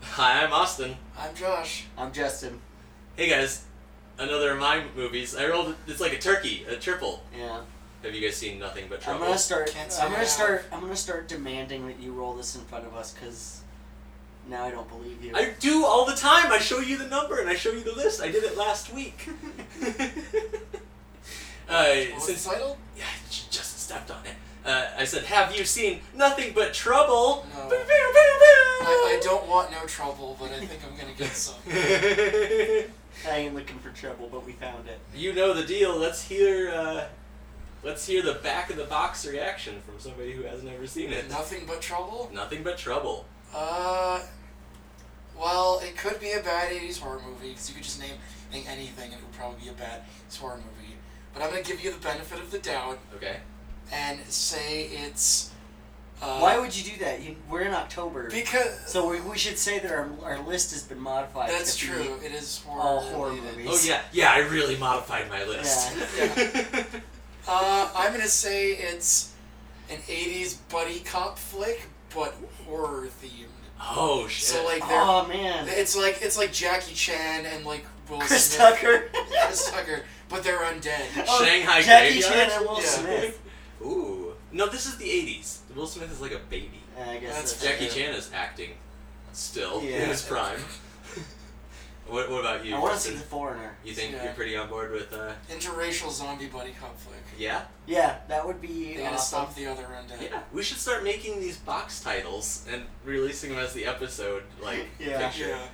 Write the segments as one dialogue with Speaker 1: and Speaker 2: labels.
Speaker 1: Hi, I'm Austin.
Speaker 2: I'm Josh.
Speaker 3: I'm Justin.
Speaker 1: Hey guys, another of my movies. I rolled. It's like a turkey, a triple.
Speaker 3: Yeah.
Speaker 1: Have you guys seen nothing but
Speaker 3: I'm
Speaker 1: trouble?
Speaker 3: gonna start.
Speaker 2: Can't say
Speaker 3: I'm
Speaker 2: I
Speaker 3: gonna
Speaker 2: have.
Speaker 3: start. I'm gonna start demanding that you roll this in front of us because now I don't believe you.
Speaker 1: I do all the time. I show you the number and I show you the list. I did it last week. uh,
Speaker 2: What's the
Speaker 1: since
Speaker 2: title?
Speaker 1: yeah, I j- just stepped on it. Uh, I said, "Have you seen nothing but trouble?"
Speaker 2: No.
Speaker 1: Boo, boo, boo, boo.
Speaker 2: I, I don't want no trouble, but I think I'm gonna get some.
Speaker 3: I ain't looking for trouble, but we found it.
Speaker 1: you know the deal. Let's hear. Uh, let's hear the back of the box reaction from somebody who has never seen it.
Speaker 2: Nothing but trouble.
Speaker 1: Nothing but trouble.
Speaker 2: Uh, well, it could be a bad '80s horror movie because you could just name name anything and it would probably be a bad '80s horror movie. But I'm gonna give you the benefit of the doubt
Speaker 1: Okay.
Speaker 2: and say it's. Uh,
Speaker 3: Why would you do that? You, we're in October,
Speaker 2: Because
Speaker 3: so we, we should say that our, our list has been modified.
Speaker 2: that's
Speaker 3: to be-
Speaker 2: true. It is horror.
Speaker 3: all horror
Speaker 2: related.
Speaker 3: movies.
Speaker 1: Oh yeah, yeah. I really modified my list.
Speaker 2: Uh, I'm gonna say it's an '80s buddy cop flick, but horror themed.
Speaker 1: oh shit.
Speaker 2: So like they're
Speaker 3: Oh man,
Speaker 2: It's like it's like Jackie Chan and like Will
Speaker 3: Chris
Speaker 2: Smith.
Speaker 3: Tucker.
Speaker 2: Chris Tucker, but they're undead.
Speaker 3: Oh,
Speaker 1: Shanghai
Speaker 3: Jackie
Speaker 1: Graveyard?
Speaker 3: Chan and Will
Speaker 2: Yeah.
Speaker 3: Smith.
Speaker 1: Ooh. No, this is the '80s. Will Smith is like a baby.
Speaker 3: Uh, I guess
Speaker 2: That's
Speaker 3: that's
Speaker 1: Jackie
Speaker 2: Yeah.
Speaker 1: Chan is acting still
Speaker 3: Yeah.
Speaker 1: in his prime. what, what about you?
Speaker 3: I want to see
Speaker 1: Justin?
Speaker 3: the foreigner.
Speaker 1: You think
Speaker 2: Yeah.
Speaker 1: you're pretty on board with? Uh,
Speaker 2: Interracial zombie buddy cop flick.
Speaker 1: yeah.
Speaker 3: Yeah, that would be
Speaker 2: They gotta
Speaker 3: awesome.
Speaker 2: stop the other undead.
Speaker 1: Yeah. We should start making these box titles and releasing them as the episode like
Speaker 3: Yeah.
Speaker 1: picture.
Speaker 2: Yeah.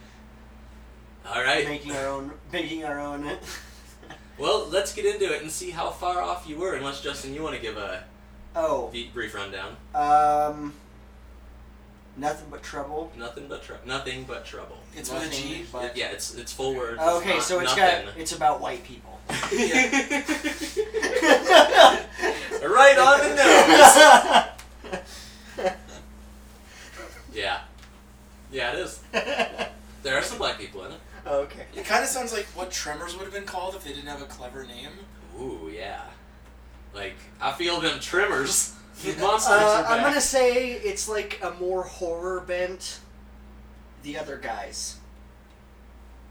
Speaker 1: All right.
Speaker 3: Making our own, making our own.
Speaker 1: Well, let's get into it and see how far off you were. Unless Justin, you want to give a
Speaker 3: oh,
Speaker 1: be- brief rundown.
Speaker 3: um, nothing but trouble.
Speaker 1: Nothing but trouble. Nothing but trouble.
Speaker 2: It's with a
Speaker 3: Nothing
Speaker 2: G.
Speaker 3: but- Oh,
Speaker 1: yeah, it's it's full words. it's
Speaker 3: Okay,
Speaker 1: not
Speaker 3: so it's
Speaker 1: nothing.
Speaker 3: got it's about white people.
Speaker 1: right on the nose. Yeah. Yeah, it is. There are some black people in it.
Speaker 3: okay. Uh,
Speaker 2: It kind of sounds like what Tremors would have been called if they didn't have a clever name.
Speaker 1: Ooh, yeah. Like, I feel them tremors. These monsters
Speaker 3: Uh,
Speaker 1: are back.
Speaker 3: I'm gonna say it's like a more horror bent. The other guys,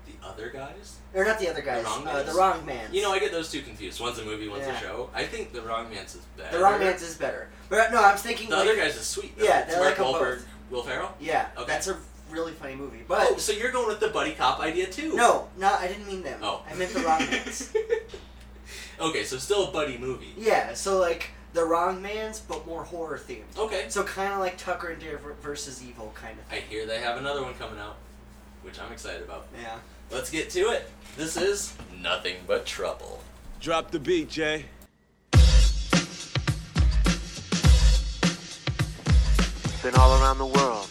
Speaker 1: The other guys?
Speaker 3: or not the other guys,
Speaker 1: Wrong
Speaker 3: uh, the
Speaker 1: Mans?
Speaker 3: wrong man.
Speaker 1: You know, I get those two confused. One's a movie, one's a
Speaker 3: Yeah.
Speaker 1: show. I think The Wrong Man's is better.
Speaker 3: the wrong man's is better. But uh, no, I'm thinking
Speaker 1: The
Speaker 3: like,
Speaker 1: other guy's is sweet. though.
Speaker 3: Yeah,
Speaker 1: It's
Speaker 3: they're
Speaker 1: Mark
Speaker 3: like a
Speaker 1: Wahlberg,
Speaker 3: both.
Speaker 1: Will Ferrell.
Speaker 3: Yeah,
Speaker 1: Okay.
Speaker 3: that's a really funny movie. But
Speaker 1: Oh, so you're going with the buddy cop idea too?
Speaker 3: no, no, I didn't mean them.
Speaker 1: Oh.
Speaker 3: I meant the wrong man's.
Speaker 1: okay, so still a buddy movie.
Speaker 3: yeah, so like the wrong man's, but more horror themed.
Speaker 1: Okay.
Speaker 3: So kind of like Tucker and Dare ver- versus Evil kind of
Speaker 1: I
Speaker 3: thing.
Speaker 1: hear they have another one coming out, which I'm excited about.
Speaker 3: Yeah.
Speaker 1: Let's get to it. This is Nothing But Trouble.
Speaker 4: Drop the beat, Jay.
Speaker 5: been all around the world.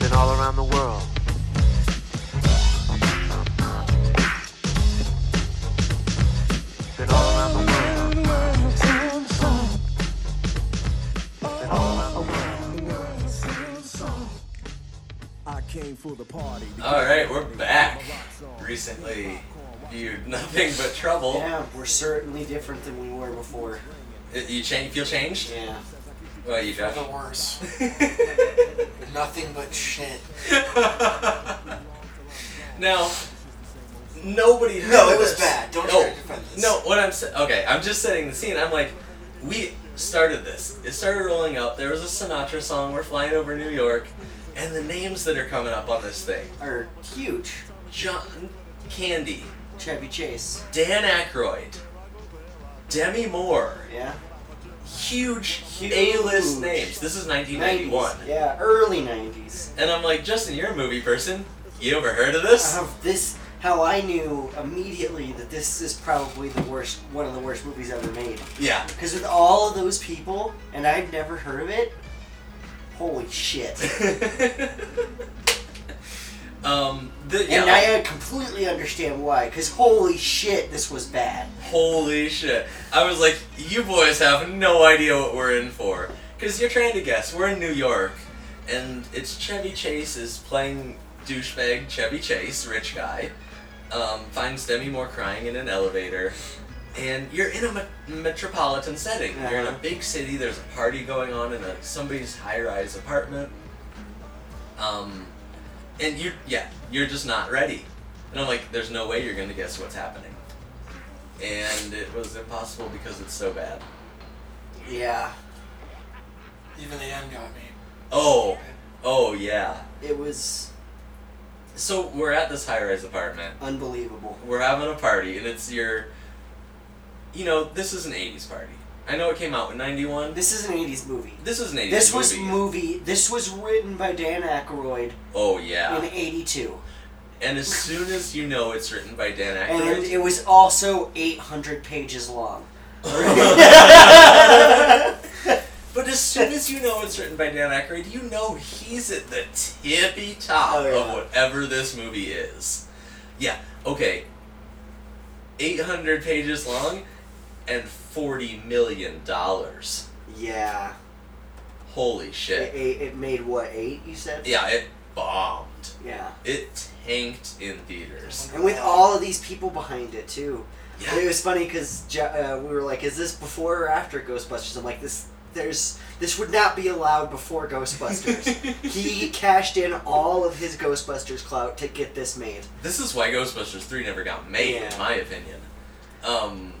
Speaker 5: Been all around the world. Been all around the world. Been all around the world.
Speaker 6: I came for the party.
Speaker 1: Alright, we're back. Recently viewed Nothing But Trouble.
Speaker 3: Yeah, we're certainly different than we were before.
Speaker 1: Uh, You cha- feel changed?
Speaker 3: Yeah.
Speaker 1: What about you,
Speaker 2: The
Speaker 1: Josh?
Speaker 2: worst. Nothing but shit.
Speaker 1: now, nobody heard
Speaker 2: No, it
Speaker 1: of
Speaker 2: was
Speaker 1: this.
Speaker 2: bad. Don't
Speaker 1: no,
Speaker 2: try to defend this.
Speaker 1: No, what I'm saying. Okay, I'm just setting the scene. I'm like, we started this. It started rolling up. There was a Sinatra song. We're flying over New York. And the names that are coming up on this thing
Speaker 3: Or huge.
Speaker 1: John Candy,
Speaker 3: Chevy Chase.
Speaker 1: Dan Aykroyd, Demi Moore.
Speaker 3: Yeah.
Speaker 1: Huge, A-list names. This is 1991.
Speaker 3: 90s. Yeah, early 90s.
Speaker 1: And I'm like, Justin, you're a movie person. You ever heard of this?
Speaker 3: How this how I knew immediately that this is probably the worst one of the worst movies ever made.
Speaker 1: Yeah.
Speaker 3: Because with all of those people, and I've never heard of it, holy shit.
Speaker 1: um, the, yeah.
Speaker 3: And I uh, completely understand why, because holy shit, this was bad.
Speaker 1: Holy shit. I was like, you boys have no idea what we're in for. Because you're trying to guess. We're in New York, and it's Chevy Chase is playing douchebag Chevy Chase, rich guy, um, finds Demi Moore crying in an elevator, and you're in a me- metropolitan setting. You're in a
Speaker 3: Uh-huh.
Speaker 1: big city. There's a party going on in a, somebody's high-rise apartment. Um, and you, yeah, you're just not ready. And I'm like, there's no way you're gonna guess what's happening. And it was impossible because it's so bad.
Speaker 3: Yeah,
Speaker 2: Even the end got me.
Speaker 1: Oh, oh yeah.
Speaker 3: it was
Speaker 1: So we're at this high-rise apartment.
Speaker 3: unbelievable.
Speaker 1: we're having a party and it's your you know this is an 80s party i know it came out in 91 this,
Speaker 3: This is an '80s movie.
Speaker 1: this is an 80s
Speaker 3: This was
Speaker 1: movie.
Speaker 3: movie. This was written by Dan Aykroyd
Speaker 1: oh yeah
Speaker 3: in '82,
Speaker 1: and as soon as you know it's written by dan
Speaker 3: and
Speaker 1: Aykroyd,
Speaker 3: it was also 800 pages long.
Speaker 1: but as soon as you know it's written by dan Aykroyd, you know he's at the tippy top
Speaker 3: Oh, yeah.
Speaker 1: of whatever this movie is yeah okay 800 pages long and 40 million dollars
Speaker 3: Yeah,
Speaker 1: holy
Speaker 3: it,
Speaker 1: shit
Speaker 3: it, it made what eight? You said.
Speaker 1: yeah it bombed
Speaker 3: Yeah.
Speaker 1: It tanked in theaters.
Speaker 3: And with all of these people behind it too.
Speaker 1: Yeah.
Speaker 3: It was funny because uh, we were like, "Is this before or after Ghostbusters?" I'm like, "This, there's, this would not be allowed before Ghostbusters." he cashed in all of his Ghostbusters clout to get this made.
Speaker 1: This is why Ghostbusters 3 never got made,
Speaker 3: Yeah.
Speaker 1: in my opinion. Um,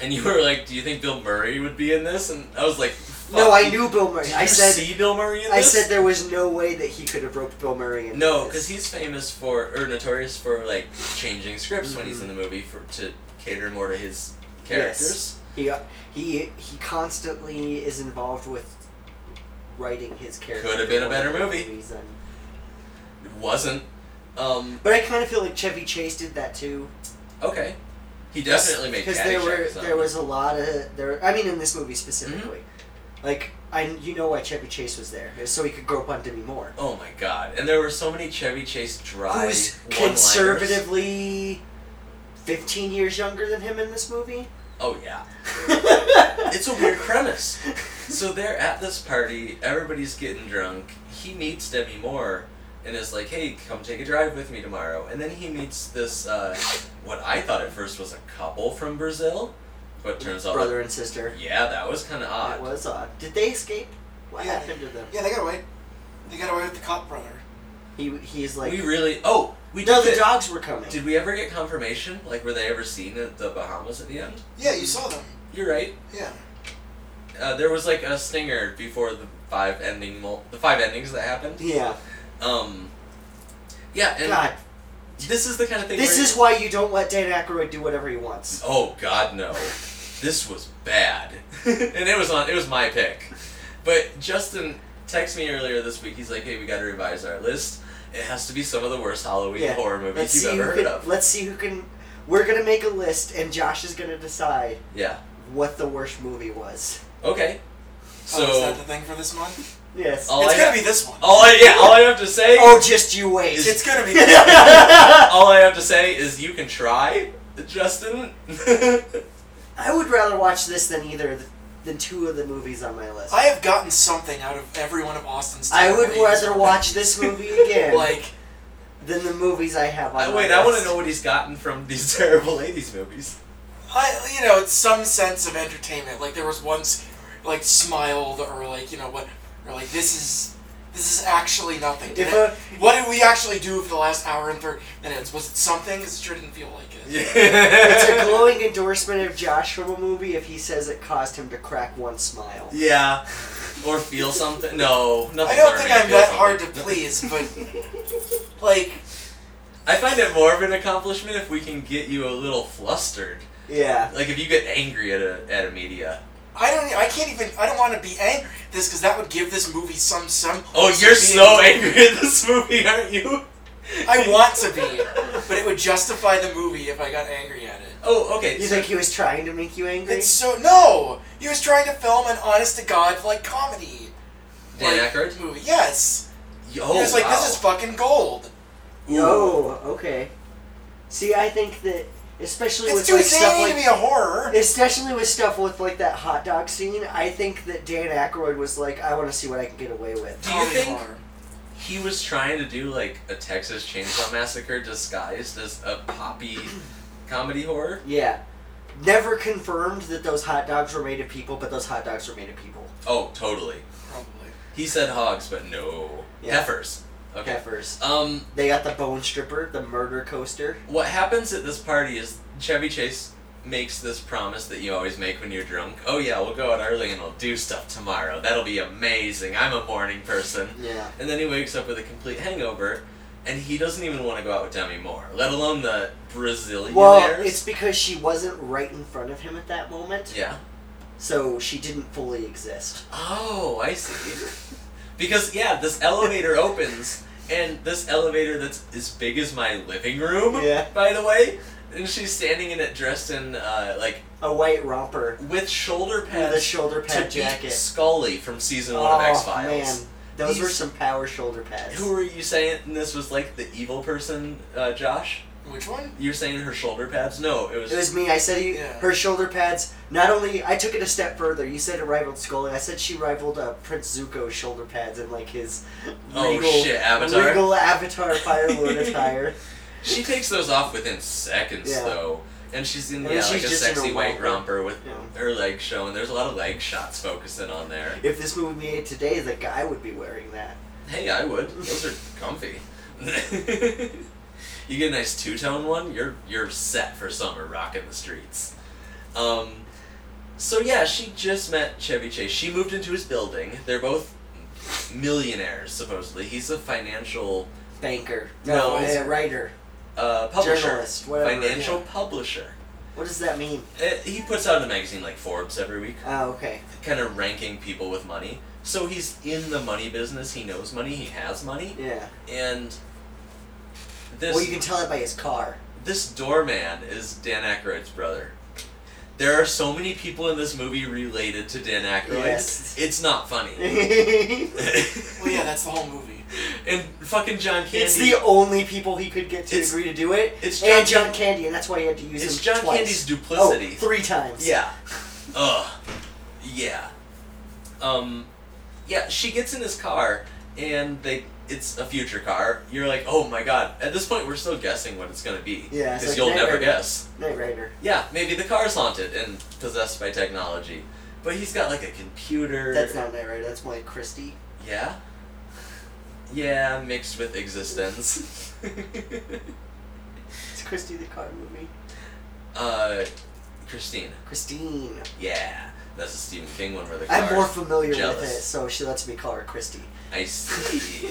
Speaker 1: and you were like, do you think Bill Murray would be in this? And I was like, Fuck,
Speaker 3: no, I
Speaker 1: you-
Speaker 3: knew Bill Murray.
Speaker 1: Did
Speaker 3: I
Speaker 1: you
Speaker 3: said,
Speaker 1: see Bill Murray in
Speaker 3: I
Speaker 1: this?
Speaker 3: said there was no way that he could have roped Bill Murray in.
Speaker 1: No, because he's famous for, or notorious for, like, changing scripts when he's
Speaker 3: Mhm.
Speaker 1: in the movie for to cater more to his characters.
Speaker 3: he uh, he he constantly is involved with writing his character.
Speaker 1: Could have been a
Speaker 3: for
Speaker 1: better
Speaker 3: whatever
Speaker 1: movie.
Speaker 3: reason.
Speaker 1: It wasn't. Um,
Speaker 3: But I kind of feel like Chevy Chase did that too.
Speaker 1: okay. He definitely made
Speaker 3: because there were
Speaker 1: Caddyshack, so-
Speaker 3: there was a lot of there. I mean, in this movie specifically,
Speaker 1: Mm-hmm.
Speaker 3: like I you know why Chevy Chase was there is so he could grope on Demi Moore,
Speaker 1: Oh my god. And there were so many Chevy Chase dry
Speaker 3: who's
Speaker 1: one-liners.
Speaker 3: conservatively fifteen years younger than him in this movie.
Speaker 1: Oh yeah. it's a weird premise. So they're at this party, everybody's getting drunk. He meets Demi Moore and is like, "Hey, come take a drive with me tomorrow." And then he meets this uh, what I thought at first was a couple from Brazil, but turns out
Speaker 3: Brother and sister.
Speaker 1: Yeah, that was kind of
Speaker 3: That
Speaker 1: odd.
Speaker 3: was odd. Did they escape? What
Speaker 2: Yeah.
Speaker 3: happened to them?
Speaker 2: Yeah, they got away. They got away with the cop brother.
Speaker 3: He he's like
Speaker 1: we really Oh, we
Speaker 3: no,
Speaker 1: did
Speaker 3: the
Speaker 1: it.
Speaker 3: dogs were coming.
Speaker 1: Did we ever get confirmation? Like were they ever seen at the Bahamas at the end?
Speaker 2: Yeah, you saw them.
Speaker 1: You're right.
Speaker 2: Yeah.
Speaker 1: Uh, there was like a stinger before the five ending mul- the five endings that happened.
Speaker 3: yeah.
Speaker 1: Um, yeah, and
Speaker 3: God,
Speaker 1: this is the kind of thing.
Speaker 3: this
Speaker 1: where-
Speaker 3: is why you don't let Dan Aykroyd do whatever he wants.
Speaker 1: Oh God, no! This was bad, and it was on. It was my pick, but Justin texted me earlier this week. He's like, "Hey, we got to revise our list. It has to be some of the worst Halloween
Speaker 3: Yeah.
Speaker 1: horror movies
Speaker 3: Let's
Speaker 1: you've
Speaker 3: see
Speaker 1: ever
Speaker 3: who
Speaker 1: heard
Speaker 3: can,
Speaker 1: of."
Speaker 3: Let's see who can. We're gonna make a list, and Josh is gonna decide
Speaker 1: yeah.
Speaker 3: what the worst movie was.
Speaker 1: Okay. So
Speaker 2: oh, is that the thing for this month?
Speaker 3: Yes.
Speaker 1: all
Speaker 2: it's
Speaker 1: I
Speaker 2: gonna
Speaker 1: ha-
Speaker 2: be this one.
Speaker 1: all I, yeah all I have to say
Speaker 3: oh, just you wait.
Speaker 1: Is-
Speaker 2: It's gonna be. This one.
Speaker 1: all I have to say is you can try, Justin.
Speaker 3: I would rather watch this than either of the- than two of the movies on my list.
Speaker 2: I have gotten something out of every one of Austin's.
Speaker 3: I would
Speaker 2: terrible
Speaker 3: rather
Speaker 2: movies.
Speaker 3: watch this movie again
Speaker 2: like
Speaker 3: than the movies I have on.
Speaker 1: Uh,
Speaker 3: my
Speaker 1: wait, I want to
Speaker 3: list.
Speaker 1: know what he's gotten from these terrible ladies movies.
Speaker 2: I, you know, it's some sense of entertainment. Like there was once, like smiled or like you know what, or like this is this is actually nothing. Did
Speaker 3: If
Speaker 2: it-
Speaker 3: a-
Speaker 2: what did we actually do for the last hour and thirty minutes? Was it something? Because it sure didn't feel like it.
Speaker 3: It's a glowing endorsement of Josh from a movie if he says it caused him to crack one smile.
Speaker 1: yeah, or feel something. No, nothing.
Speaker 2: I don't think I'm that hard to please, but like
Speaker 1: I find it more of an accomplishment if we can get you a little flustered.
Speaker 3: Yeah.
Speaker 1: Like if you get angry at a at a media.
Speaker 2: I don't. e, I can't even. I don't want to be angry at this because that would give this movie some some.
Speaker 1: Oh, you're so angry at this movie, aren't you?
Speaker 2: I want to be, but it would justify the movie if I got angry at it.
Speaker 1: Oh, okay.
Speaker 3: You
Speaker 1: so-
Speaker 3: think he was trying to make you angry?
Speaker 2: It's so no. He was trying to film an honest to god like comedy.
Speaker 1: Dan
Speaker 2: like,
Speaker 1: Aykroyd?
Speaker 2: movie. Yes.
Speaker 1: Oh,
Speaker 2: he was like,
Speaker 1: wow.
Speaker 2: this is fucking gold.
Speaker 1: Ooh.
Speaker 3: Oh, okay. See, I think that especially
Speaker 2: It's
Speaker 3: with
Speaker 2: too
Speaker 3: like, stuff
Speaker 2: zany
Speaker 3: like
Speaker 2: to be a horror.
Speaker 3: Especially with stuff with like that hot dog scene, I think that Dan Aykroyd was like, "I want to see what I can get away with."
Speaker 1: Do you
Speaker 2: Comedy
Speaker 1: think
Speaker 2: horror.
Speaker 1: he was trying to do like a Texas Chainsaw Massacre disguised as a poppy comedy horror?
Speaker 3: Yeah, never confirmed that those hot dogs were made of people, but those hot dogs were made of people.
Speaker 1: Oh, totally.
Speaker 2: Probably.
Speaker 1: He said hogs, but no
Speaker 3: Yeah.
Speaker 1: heifers. Okay.
Speaker 3: Heifers.
Speaker 1: Um,
Speaker 3: They got the bone stripper, the murder coaster.
Speaker 1: what happens at this party is Chevy Chase makes this promise that you always make when you're drunk. Oh yeah, we'll go out early and we'll do stuff tomorrow. That'll be amazing. I'm a morning person.
Speaker 3: Yeah.
Speaker 1: And then he wakes up with a complete hangover, and he doesn't even want to go out with Demi Moore, let alone the Brazilian.
Speaker 3: Well, it's because she wasn't right in front of him at that moment,
Speaker 1: yeah.
Speaker 3: so she didn't fully exist.
Speaker 1: Oh, I see. because yeah, this elevator opens, and this elevator that's as big as my living room.
Speaker 3: Yeah.
Speaker 1: By the way, and she's standing in it dressed in uh, like
Speaker 3: A white romper
Speaker 1: with shoulder pads.
Speaker 3: with a shoulder
Speaker 1: to
Speaker 3: pad
Speaker 1: beat
Speaker 3: jacket.
Speaker 1: Scully from season one
Speaker 3: oh
Speaker 1: of X Files.
Speaker 3: man, those were
Speaker 1: These-
Speaker 3: some power shoulder pads.
Speaker 1: Who were you saying this was like the evil person, uh, Josh?
Speaker 2: Which one?
Speaker 1: You're saying her shoulder pads? No, it was.
Speaker 3: It was me. I said he,
Speaker 2: Yeah.
Speaker 3: her shoulder pads. Not only I took it a step further. You said it rivaled Scully. I said she rivaled uh, Prince Zuko's shoulder pads and like his
Speaker 1: Oh,
Speaker 3: regal,
Speaker 1: shit, Avatar?
Speaker 3: regal avatar Firelord attire.
Speaker 1: She takes those off within seconds
Speaker 3: Yeah.
Speaker 1: though, and she's in
Speaker 3: And
Speaker 1: yeah,
Speaker 3: then
Speaker 1: like
Speaker 3: she's
Speaker 1: a
Speaker 3: just in
Speaker 1: sexy
Speaker 3: a
Speaker 1: white
Speaker 3: romper.
Speaker 1: romper with
Speaker 3: Yeah.
Speaker 1: her legs showing. There's a lot of leg shots focusing on there.
Speaker 3: If this movie made it today, the guy would be wearing that.
Speaker 1: Hey, I would. Those are comfy. you get a nice two tone one, you're you're set for summer rocking the streets. Um, so yeah, she just met Chevy Chase. She moved into his building. They're both millionaires supposedly. He's a financial
Speaker 3: Banker.
Speaker 1: No,
Speaker 3: No,
Speaker 1: it's-
Speaker 3: a writer.
Speaker 1: uh, publisher,
Speaker 3: Journalist, whatever,
Speaker 1: financial
Speaker 3: yeah.
Speaker 1: publisher.
Speaker 3: What does that mean?
Speaker 1: Uh, he puts out a magazine like Forbes every week,
Speaker 3: Oh, okay.
Speaker 1: kind of ranking people with money. So he's in the money business. He knows money. He has money.
Speaker 3: Yeah.
Speaker 1: And this
Speaker 3: well, you can tell it by his car.
Speaker 1: this doorman is Dan Aykroyd's brother. There are so many people in this movie related to Dan Aykroyd.
Speaker 3: Yes.
Speaker 1: It's not funny.
Speaker 3: it's
Speaker 2: Well, yeah, that's the whole movie.
Speaker 1: and fucking John Candy.
Speaker 3: the only people he could get to
Speaker 1: It's-
Speaker 3: agree to do it.
Speaker 1: it's
Speaker 3: and
Speaker 1: John-
Speaker 3: John Candy, and that's why he had to use
Speaker 1: It's
Speaker 3: him
Speaker 1: John
Speaker 3: twice.
Speaker 1: Candy's duplicity.
Speaker 3: Oh, three times.
Speaker 1: Yeah. Ugh. Yeah. Um, yeah, she gets in his car, and they it's a future car. You're like, oh my god. At this point, we're still guessing what it's gonna be.
Speaker 3: Yeah, it's
Speaker 1: Because
Speaker 3: like
Speaker 1: you'll
Speaker 3: Knight
Speaker 1: never
Speaker 3: Rider.
Speaker 1: guess.
Speaker 3: Knight Rider.
Speaker 1: Yeah, maybe the car's haunted and possessed by technology. But he's got like a computer.
Speaker 3: That's not Knight Rider. That's Mike Christie.
Speaker 1: Yeah? Yeah, mixed with existence.
Speaker 3: It's Christie the car movie.
Speaker 1: uh, Christine.
Speaker 3: Christine.
Speaker 1: Yeah. That's a Stephen King one where the car.
Speaker 3: I'm more familiar with
Speaker 1: jealous.
Speaker 3: it, so she lets me call her Christie.
Speaker 1: I see.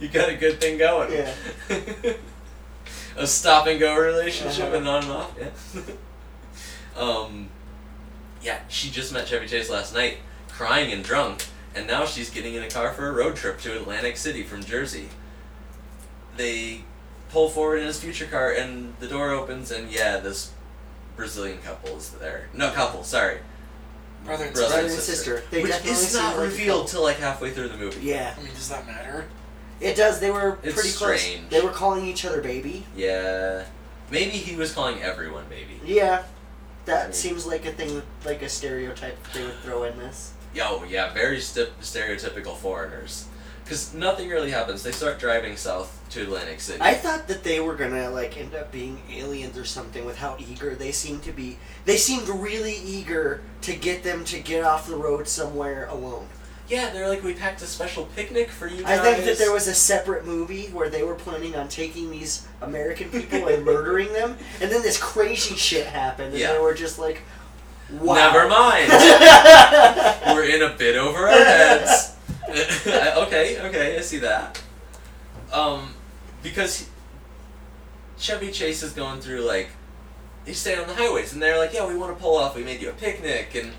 Speaker 1: you got a good thing going.
Speaker 3: Yeah.
Speaker 1: a stop and go relationship
Speaker 3: Uh-huh.
Speaker 1: and on and off. Yeah. um, yeah, she just met Chevy Chase last night, crying and drunk, and now she's getting in a car for a road trip to Atlantic City from Jersey. They pull forward in his future car, and the door opens, and yeah, this Brazilian couple is there. No, couple, sorry.
Speaker 2: Brother and
Speaker 1: Brother
Speaker 2: sister.
Speaker 1: and
Speaker 3: sister.
Speaker 1: sister.
Speaker 3: They
Speaker 1: Which
Speaker 3: definitely
Speaker 1: is
Speaker 3: seem
Speaker 1: not
Speaker 3: like a
Speaker 1: revealed
Speaker 3: couple.
Speaker 1: till like halfway through the movie.
Speaker 3: Yeah,
Speaker 2: I mean, does that matter?
Speaker 3: it does. They were
Speaker 1: It's
Speaker 3: pretty close.
Speaker 1: strange.
Speaker 3: They were calling each other baby.
Speaker 1: Yeah. Maybe he was calling everyone baby.
Speaker 3: Yeah, that
Speaker 1: Mm.
Speaker 3: seems like a thing, like a stereotype they would throw in this.
Speaker 1: Yo, yeah, very sti- stereotypical foreigners. Because nothing really happens. They start driving south to Atlantic City.
Speaker 3: I thought that they were gonna like end up being aliens or something with how eager they seemed to be. They seemed really eager to get them to get off the road somewhere alone.
Speaker 1: yeah, they're like, we packed a special picnic for you
Speaker 3: I
Speaker 1: guys.
Speaker 3: think that there was a separate movie where they were planning on taking these American people and murdering them, and then this crazy shit happened, and
Speaker 1: Yeah.
Speaker 3: they were just like, "Wow."
Speaker 1: Never mind. We're in a bit over our heads. okay, okay, I see that. Um, because Chevy Chase is going through like they stay on the highways, and they're like, "Yeah, we want to pull off. We made you a picnic," and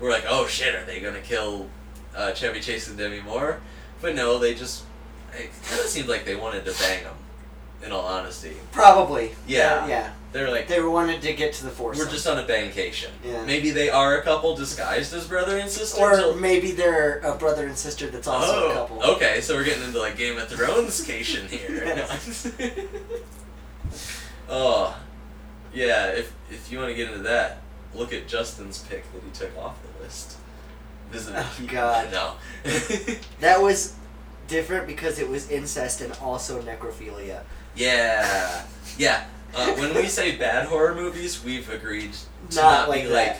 Speaker 1: we're like, "Oh shit, are they gonna kill uh, Chevy Chase and Demi Moore?" But no, they just it kind of seemed like they wanted to bang them. In all honesty,
Speaker 3: Probably.
Speaker 1: Yeah.
Speaker 3: Uh, yeah.
Speaker 1: they're like,
Speaker 3: They wanted to get to the force.
Speaker 1: "We're just on a bangcation."
Speaker 3: Yeah.
Speaker 1: Maybe they are a couple disguised as brother and sister.
Speaker 3: Or maybe they're a brother and sister that's also
Speaker 1: oh,
Speaker 3: a couple.
Speaker 1: okay. So we're getting into like Game of Thrones cation here. oh, yeah. If if you want to get into that, look at Justin's pick that he took off the list. This is
Speaker 3: Oh, God.
Speaker 1: no.
Speaker 3: That was different because it was incest and also necrophilia.
Speaker 1: yeah, yeah. Uh, when we say bad horror movies, we've agreed to
Speaker 3: Not
Speaker 1: not, be
Speaker 3: like that.
Speaker 1: like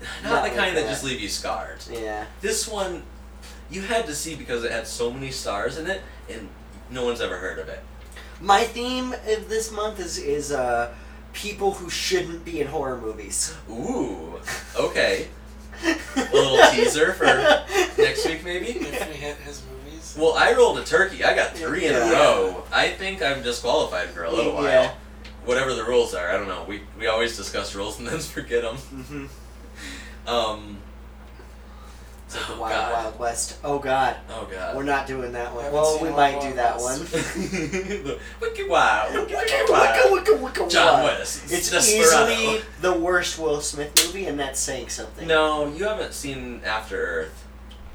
Speaker 1: not,
Speaker 3: Not
Speaker 1: the
Speaker 3: like
Speaker 1: kind that.
Speaker 3: that.
Speaker 1: just leave you scarred.
Speaker 3: Yeah.
Speaker 1: This one you had to see because it had so many stars in it and no one's ever heard of it.
Speaker 3: My theme of this month is is uh, people who shouldn't be in horror movies.
Speaker 1: Ooh. Okay. Oh. A little teaser for next week maybe?
Speaker 2: if we hit his movies.
Speaker 1: Well, I rolled a turkey. I got three in a
Speaker 3: Yeah.
Speaker 1: row. I think I'm disqualified for a little while.
Speaker 3: Yeah.
Speaker 1: Whatever the rules are, I don't know. We, we always discuss rules and then forget them.
Speaker 3: Mhm.
Speaker 1: Um,
Speaker 3: It's like the
Speaker 1: Oh,
Speaker 3: Wild
Speaker 1: God.
Speaker 3: Wild West. Oh God,
Speaker 1: oh god.
Speaker 3: we're not doing that
Speaker 2: I
Speaker 3: one.
Speaker 2: haven't
Speaker 3: Well,
Speaker 2: seen
Speaker 3: we
Speaker 2: Wild
Speaker 3: might
Speaker 2: Wild
Speaker 3: do that
Speaker 2: West.
Speaker 3: one.
Speaker 1: The wicked wow, wicked
Speaker 3: Wicca, wicca,
Speaker 1: wow.
Speaker 3: wicca, wicca,
Speaker 1: John
Speaker 3: wild.
Speaker 1: West.
Speaker 3: It's
Speaker 1: Desperado.
Speaker 3: easily the worst Will Smith movie, and that's saying something.
Speaker 1: No, you haven't seen After Earth.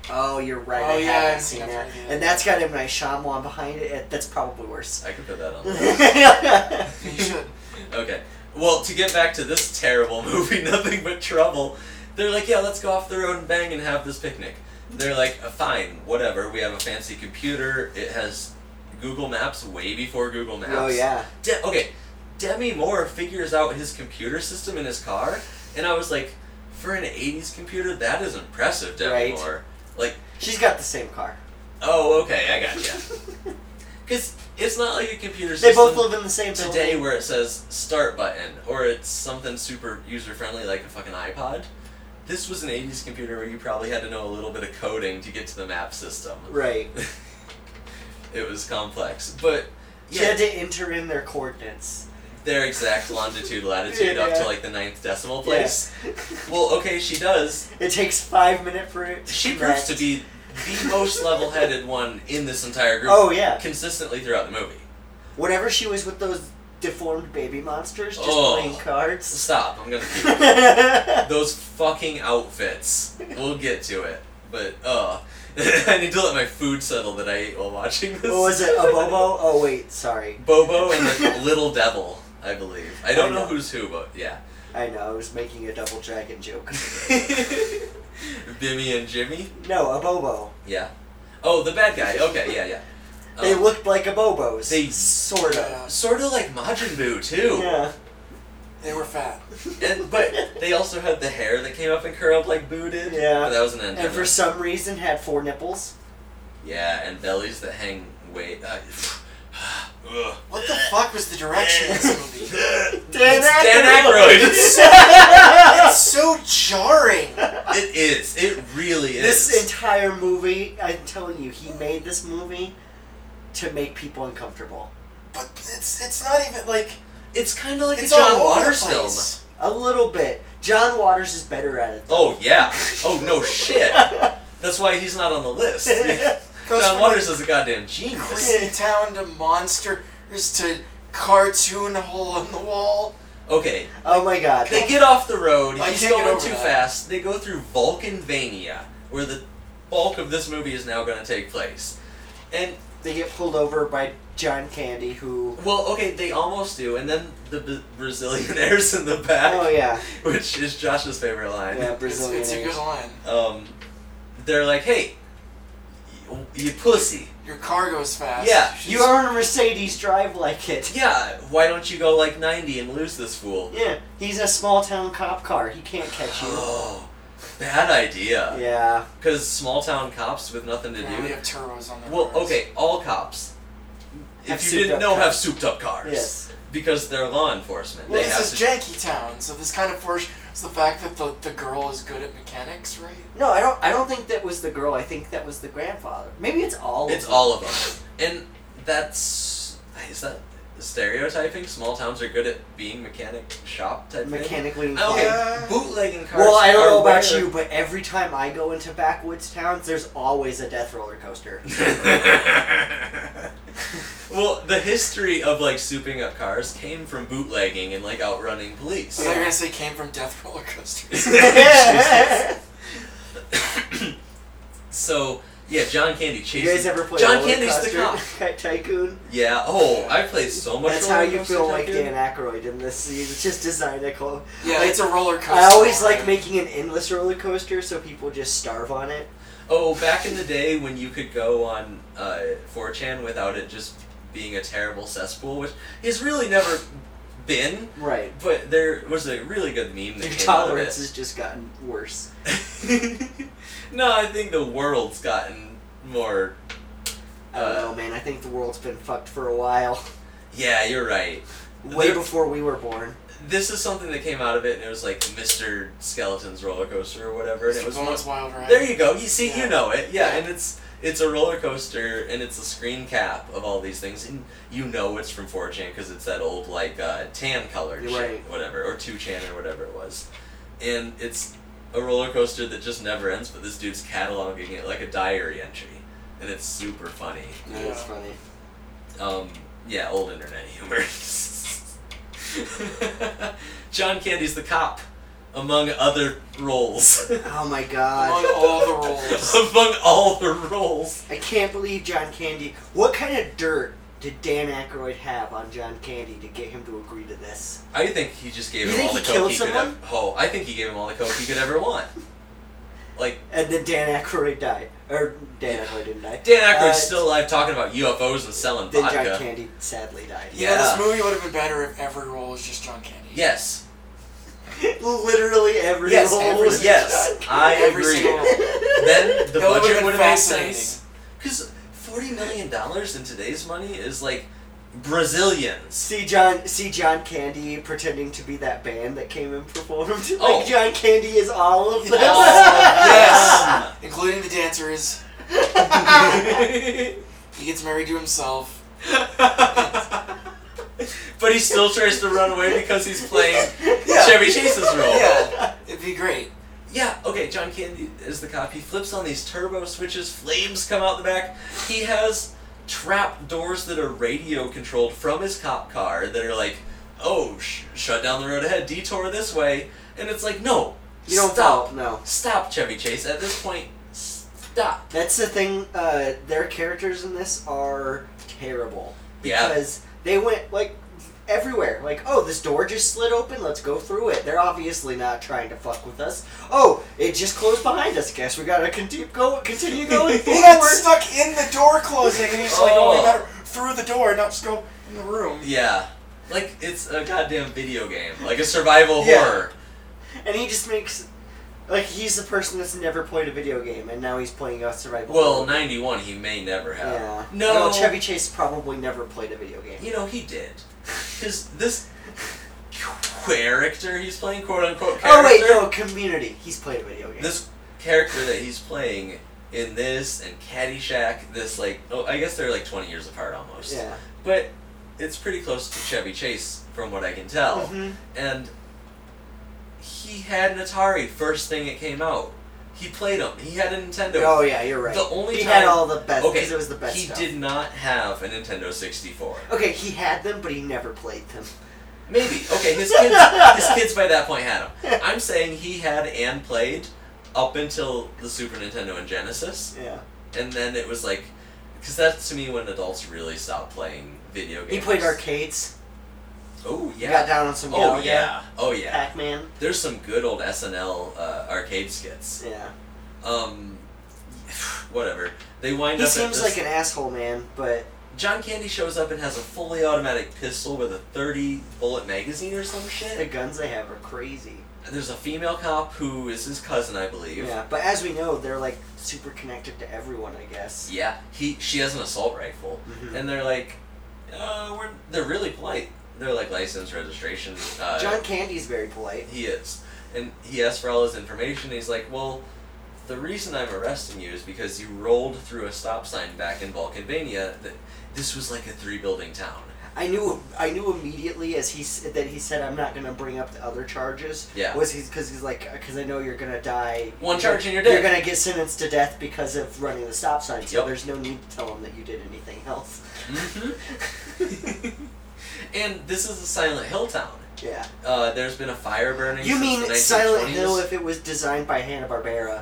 Speaker 3: Oh, you're right.
Speaker 2: Oh,
Speaker 3: I
Speaker 2: yeah,
Speaker 3: haven't
Speaker 2: I've
Speaker 3: seen
Speaker 2: seen
Speaker 3: that.
Speaker 2: that one.
Speaker 3: And that's got M. Night Shyamalan behind it. and That's probably worse.
Speaker 1: I could put that on. there.
Speaker 3: yeah,
Speaker 2: You should.
Speaker 1: okay. Well, to get back to this terrible movie, Nothing But Trouble, they're like, yeah, let's go off the road and bang and have this picnic. They're like, "Uh, fine, whatever. We have a fancy computer. It has Google Maps way before Google Maps.
Speaker 3: Oh, yeah.
Speaker 1: De- okay, Demi Moore figures out his computer system in his car, and I was like, for an 80s computer, that is impressive, Demi
Speaker 3: Right.
Speaker 1: Moore. Like,
Speaker 3: she's got the same car.
Speaker 1: oh, okay, I gotcha. Because it's not like a computer system
Speaker 3: They both live in the same building.
Speaker 1: today where it says start button or it's something super user friendly like a fucking iPod. This was an 80s computer where you probably had to know a little bit of coding to get to the map system.
Speaker 3: Right.
Speaker 1: It was complex. But
Speaker 3: She had
Speaker 1: yeah,
Speaker 3: to enter in their coordinates.
Speaker 1: their exact longitude, latitude up to
Speaker 3: Yeah.
Speaker 1: like the ninth decimal
Speaker 3: Yeah.
Speaker 1: place. Well, okay, she does.
Speaker 3: It takes five minutes for it.
Speaker 1: She proves
Speaker 3: connect.
Speaker 1: to be the most level headed one in this entire group.
Speaker 3: Oh, yeah.
Speaker 1: Consistently throughout the movie.
Speaker 3: Whenever she was with those deformed baby monsters just
Speaker 1: Oh.
Speaker 3: playing cards.
Speaker 1: Stop. I'm gonna keep
Speaker 3: yeah,
Speaker 1: those fucking outfits. We'll get to it, but uh, I need to let my food settle that I ate while watching this.
Speaker 3: What was it? A Bobo? Oh wait, sorry.
Speaker 1: Bobo and the Little Devil, I believe. I don't
Speaker 3: I
Speaker 1: know
Speaker 3: know.
Speaker 1: who's who, but yeah,
Speaker 3: I know, I was making a double dragon joke.
Speaker 1: Bimmy and Jimmy.
Speaker 3: No, a Bobo.
Speaker 1: Yeah. Oh, the bad guy. Okay, yeah, yeah.
Speaker 3: They
Speaker 1: Um,
Speaker 3: looked like a Bobo's.
Speaker 1: they-
Speaker 3: sort
Speaker 2: Yeah.
Speaker 3: of.
Speaker 1: sort of like Majin Buu too.
Speaker 3: Yeah.
Speaker 2: They were fat.
Speaker 1: And, but they also had the hair that came up and curled like Boo did.
Speaker 3: Yeah.
Speaker 1: But that was an antenna.
Speaker 3: And for some reason had four nipples.
Speaker 1: yeah, and bellies that hang way. Uh, ugh.
Speaker 2: What the fuck was the direction of this movie?
Speaker 3: Dan
Speaker 1: Dan Aykroyd. It's so
Speaker 2: It's so jarring.
Speaker 1: It is. It really is.
Speaker 3: This entire movie, I'm telling you, he made this movie to make people uncomfortable.
Speaker 2: But it's it's not even like
Speaker 1: it's kind of like
Speaker 2: it's
Speaker 1: a John
Speaker 2: all over
Speaker 1: Waters
Speaker 2: the
Speaker 1: film.
Speaker 2: place.
Speaker 3: A little bit. John Waters is better at it.
Speaker 1: Oh yeah. Oh no shit. That's why he's not on the list.
Speaker 2: Goes
Speaker 1: John
Speaker 2: from,
Speaker 1: Waters is a goddamn genius.
Speaker 2: Crazy town to monsters to cartoon hole in the wall.
Speaker 1: Okay,
Speaker 3: Oh my god.
Speaker 1: they get off the road.
Speaker 2: I
Speaker 1: He's
Speaker 2: can't get
Speaker 1: going
Speaker 2: over
Speaker 1: too
Speaker 2: that.
Speaker 1: fast. They go through Vulcanvania, where the bulk of this movie is now going to take place. And
Speaker 3: They get pulled over by John Candy, who.
Speaker 1: well, okay, they almost do, and then the B- Brazilianaires in the back,
Speaker 3: Oh yeah,
Speaker 1: which is Josh's favorite line.
Speaker 3: yeah,
Speaker 2: It's,
Speaker 3: Brazilian.
Speaker 2: it's a good line.
Speaker 1: Um, they're like, "Hey, you, you pussy."
Speaker 2: Your car goes fast.
Speaker 1: Yeah,
Speaker 2: She's-
Speaker 3: you own a Mercedes, drive like it.
Speaker 1: Yeah, why don't you go like 90 and lose this fool?
Speaker 3: Yeah, he's a small town cop car. He can't catch you.
Speaker 1: Oh, bad idea.
Speaker 3: Yeah,
Speaker 1: Because small town cops with nothing to
Speaker 2: Yeah,
Speaker 1: do.
Speaker 2: we have turbos on their
Speaker 1: Well,
Speaker 2: cars.
Speaker 1: okay, all cops.
Speaker 3: Have
Speaker 1: If you
Speaker 3: souped
Speaker 1: didn't
Speaker 3: up
Speaker 1: know, have
Speaker 3: cars.
Speaker 1: souped up cars.
Speaker 3: Yes.
Speaker 1: Because they're law enforcement.
Speaker 2: Well,
Speaker 1: they have
Speaker 2: this is
Speaker 1: to-
Speaker 2: janky town, so this kind of force is the fact that the, the girl is good at mechanics, right?
Speaker 3: no, I don't. I don't think that was the girl. I think that was the grandfather. Maybe it's all.
Speaker 1: It's
Speaker 3: of them.
Speaker 1: all of them. And that's. Is that stereotyping? Small towns are good at being mechanic shop type thing?
Speaker 3: mechanically.
Speaker 1: Okay,
Speaker 3: inclined.
Speaker 2: Yeah.
Speaker 1: bootlegging cars.
Speaker 3: Well, I don't
Speaker 1: are
Speaker 3: know about
Speaker 1: rare.
Speaker 3: you, but every time I go into backwoods towns, there's always a death roller coaster.
Speaker 1: well, the history of like souping up cars came from bootlegging and like outrunning
Speaker 2: So
Speaker 1: police.
Speaker 2: they're gonna say came from death roller coasters.
Speaker 3: yeah,
Speaker 1: so yeah, John Candy chases.
Speaker 3: you guys ever play
Speaker 1: John
Speaker 3: roller
Speaker 1: Candy's
Speaker 3: coaster?
Speaker 1: the cop.
Speaker 3: tycoon?
Speaker 1: Yeah. Oh, I played so much.
Speaker 3: That's how
Speaker 1: Roller
Speaker 3: you
Speaker 1: Coaster
Speaker 3: feel like
Speaker 1: Tycoon.
Speaker 3: Dan Aykroyd in this scene. It's just designical.
Speaker 2: yeah,
Speaker 3: Like,
Speaker 2: it's a roller coaster.
Speaker 3: I always like
Speaker 2: right?
Speaker 3: making an endless roller coaster so people just starve on it.
Speaker 1: Oh, back in the day when you could go on uh, 4chan without it just being a terrible cesspool, which has really never been,
Speaker 3: Right.
Speaker 1: but there was a really good meme that
Speaker 3: Your
Speaker 1: came out of
Speaker 3: tolerance
Speaker 1: it.
Speaker 3: has just gotten worse.
Speaker 1: no, I think the world's gotten more.
Speaker 3: I don't
Speaker 1: Uh,
Speaker 3: know, man. I think the world's been fucked for a while.
Speaker 1: Yeah, you're right.
Speaker 3: Way
Speaker 1: There-
Speaker 3: before we were born.
Speaker 1: This is something that came out of it, and it was like Mr. Skeleton's roller coaster or whatever, and it was
Speaker 2: Bonus
Speaker 1: one-
Speaker 2: Wild Ride.
Speaker 1: There you go. You see,
Speaker 2: Yeah.
Speaker 1: you know it. Yeah,
Speaker 2: Yeah.
Speaker 1: and it's it's a roller coaster, and it's a screen cap of all these things, and you know it's from 4chan because it's that old like uh, tan colored
Speaker 3: You're
Speaker 1: shit,
Speaker 3: right.
Speaker 1: whatever, or 2chan or whatever it was, and it's a roller coaster that just never ends. But this dude's cataloging it like a diary entry, and it's super funny.
Speaker 3: Yeah.
Speaker 2: Yeah.
Speaker 3: That's funny.
Speaker 1: Um, yeah, old internet humor. John Candy's the cop, among other roles.
Speaker 3: Oh my
Speaker 2: Among
Speaker 3: god.
Speaker 2: all the roles.
Speaker 1: among all the roles.
Speaker 3: I can't believe John Candy. What kind of dirt did Dan Aykroyd have on John Candy to get him to agree to this?
Speaker 1: I think he just gave
Speaker 3: You
Speaker 1: him
Speaker 3: think
Speaker 1: all the
Speaker 3: he
Speaker 1: coke
Speaker 3: killed
Speaker 1: he
Speaker 3: someone?
Speaker 1: could have. Oh, I think he gave him all the coke he could ever want. Like
Speaker 3: And then Dan Aykroyd died. Or Dan Aykroyd didn't die.
Speaker 1: Dan Aykroyd's
Speaker 3: Uh,
Speaker 1: still alive talking about UFOs and selling
Speaker 3: Then
Speaker 1: vodka.
Speaker 3: John Candy sadly died.
Speaker 2: You know,
Speaker 1: Yeah.
Speaker 2: this movie would have been better if every role was just John Candy.
Speaker 1: Yes.
Speaker 3: Literally every
Speaker 1: Yes.
Speaker 3: role
Speaker 2: every
Speaker 3: was
Speaker 2: single
Speaker 1: yes.
Speaker 3: John
Speaker 1: I
Speaker 2: Every
Speaker 1: agree.
Speaker 2: single role.
Speaker 1: then the
Speaker 2: That would've
Speaker 1: budget
Speaker 2: been
Speaker 1: would have made
Speaker 2: fascinating.
Speaker 1: sense. Because forty million dollars in today's money is like Brazilians.
Speaker 3: See John, see John Candy pretending to be that band that came and performed. Like
Speaker 1: Oh.
Speaker 3: John Candy is all of them.
Speaker 1: yes.
Speaker 2: Including the dancers. he gets married to himself.
Speaker 1: but he still tries to run away because he's playing
Speaker 2: Yeah.
Speaker 1: Chevy Chase's role.
Speaker 2: Yeah, it'd be great.
Speaker 1: Yeah, okay, John Candy is the cop. He flips on these turbo switches, flames come out the back. He has trap doors that are radio controlled from his cop car that are like, oh, sh- shut down the road ahead, detour this way. And it's like, no,
Speaker 3: You don't
Speaker 1: stop.
Speaker 3: follow- no.
Speaker 1: Stop, Chevy Chase. At this point, stop.
Speaker 3: That's the thing. Uh, their characters in this are terrible
Speaker 1: Yeah.
Speaker 3: because they went like everywhere. Like, oh, this door just slid open. Let's go through it. They're obviously not trying to fuck with us. Oh, it just closed behind us. Guess we gotta continue go continue going
Speaker 2: He got
Speaker 3: forward.
Speaker 2: stuck in the door closing, and he's like, "Oh,
Speaker 1: Oh.
Speaker 2: we gotta through the door, not just go in the room."
Speaker 1: Yeah. Like, it's a goddamn video game, like a survival
Speaker 2: Yeah.
Speaker 1: horror.
Speaker 3: and he just makes like he's the person that's never played a video game, and now he's playing a survival.
Speaker 1: Well,
Speaker 3: horror.
Speaker 1: 91, he may never have.
Speaker 3: Yeah.
Speaker 1: No.
Speaker 3: Well, Chevy Chase probably never played a video game.
Speaker 1: You know, he did. Because this character he's playing, quote unquote character.
Speaker 3: Oh wait, no, Community. He's played a video game.
Speaker 1: This character that he's playing in this and Caddyshack, this, like, oh, I guess they're like 20 years apart almost.
Speaker 3: yeah.
Speaker 1: But it's pretty close to Chevy Chase, from what I can tell.
Speaker 3: Mhm.
Speaker 1: And he had an Atari first thing it came out. He played him. He had a Nintendo.
Speaker 3: Oh yeah, you're right.
Speaker 1: The only
Speaker 3: he
Speaker 1: time
Speaker 3: had all the best
Speaker 1: okay,
Speaker 3: because it was the best.
Speaker 1: He
Speaker 3: stuff.
Speaker 1: did not have a Nintendo 64.
Speaker 3: Okay, he had them, but he never played them.
Speaker 1: Maybe. Okay, his kids, his kids by that point had them. I'm saying he had and played up until the Super Nintendo and Genesis,
Speaker 3: Yeah.
Speaker 1: and then it was like, because that's to me when adults really stopped playing video games.
Speaker 3: He played arcades.
Speaker 1: Oh
Speaker 3: He
Speaker 1: yeah.
Speaker 3: Got down on some.
Speaker 1: oh
Speaker 3: Galaga,
Speaker 1: yeah. Oh yeah.
Speaker 3: Pac-Man.
Speaker 1: There's some good old SNL uh, arcade skits.
Speaker 3: Yeah.
Speaker 1: Um, whatever. They wind
Speaker 3: He
Speaker 1: up. at
Speaker 3: seems
Speaker 1: this-
Speaker 3: like an asshole, man. But
Speaker 1: John Candy shows up and has a fully automatic pistol with a 30 bullet magazine or some shit.
Speaker 3: the guns they have are crazy.
Speaker 1: There's a female cop who is his cousin, I believe.
Speaker 3: Yeah. But as we know, they're like super connected to everyone. I guess.
Speaker 1: Yeah, he she has an assault rifle,
Speaker 3: Mhm.
Speaker 1: and they're like, uh, we're they're really polite. They're like license registration. Uh,
Speaker 3: John Candy's very polite.
Speaker 1: he is, and he asks for all his information. he's like, well, the reason I'm arresting you is because you rolled through a stop sign back in Vulcanvania. That this was like a three building town.
Speaker 3: I knew I knew immediately as he s- that he said I'm not gonna bring up the other charges.
Speaker 1: Yeah.
Speaker 3: Was he's because he's like because I know you're gonna die.
Speaker 1: One
Speaker 3: You're-
Speaker 1: charge and you're
Speaker 3: You're
Speaker 1: dead."
Speaker 3: gonna get sentenced to death because of running the stop sign. So
Speaker 1: Yep.
Speaker 3: there's no need to tell him that you did anything else.
Speaker 1: Mm-hmm. and this is a Silent Hill town.
Speaker 3: Yeah.
Speaker 1: Uh, there's been a fire burning.
Speaker 3: You
Speaker 1: since
Speaker 3: mean
Speaker 1: the
Speaker 3: Silent
Speaker 1: 1920s.
Speaker 3: Hill if it was designed by Hanna Barbera?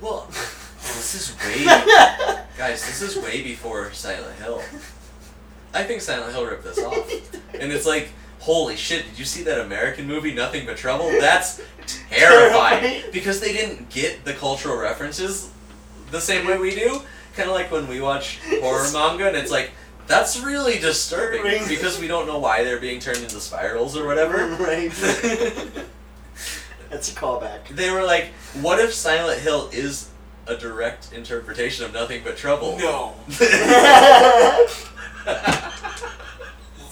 Speaker 1: Well, this is way, guys. This is way before Silent Hill. I think Silent Hill ripped this off, and it's like, holy shit! Did you see that American movie, Nothing But Trouble? That's terrifying
Speaker 3: Terrifying.
Speaker 1: because they didn't get the cultural references the same way we do. Kind of like when we watch horror manga, and it's like, That's really disturbing
Speaker 3: Disturbing.
Speaker 1: because we don't know why they're being turned into spirals or whatever.
Speaker 3: Right. That's a callback.
Speaker 1: They were like, what if Silent Hill is a direct interpretation of nothing but trouble?
Speaker 2: No.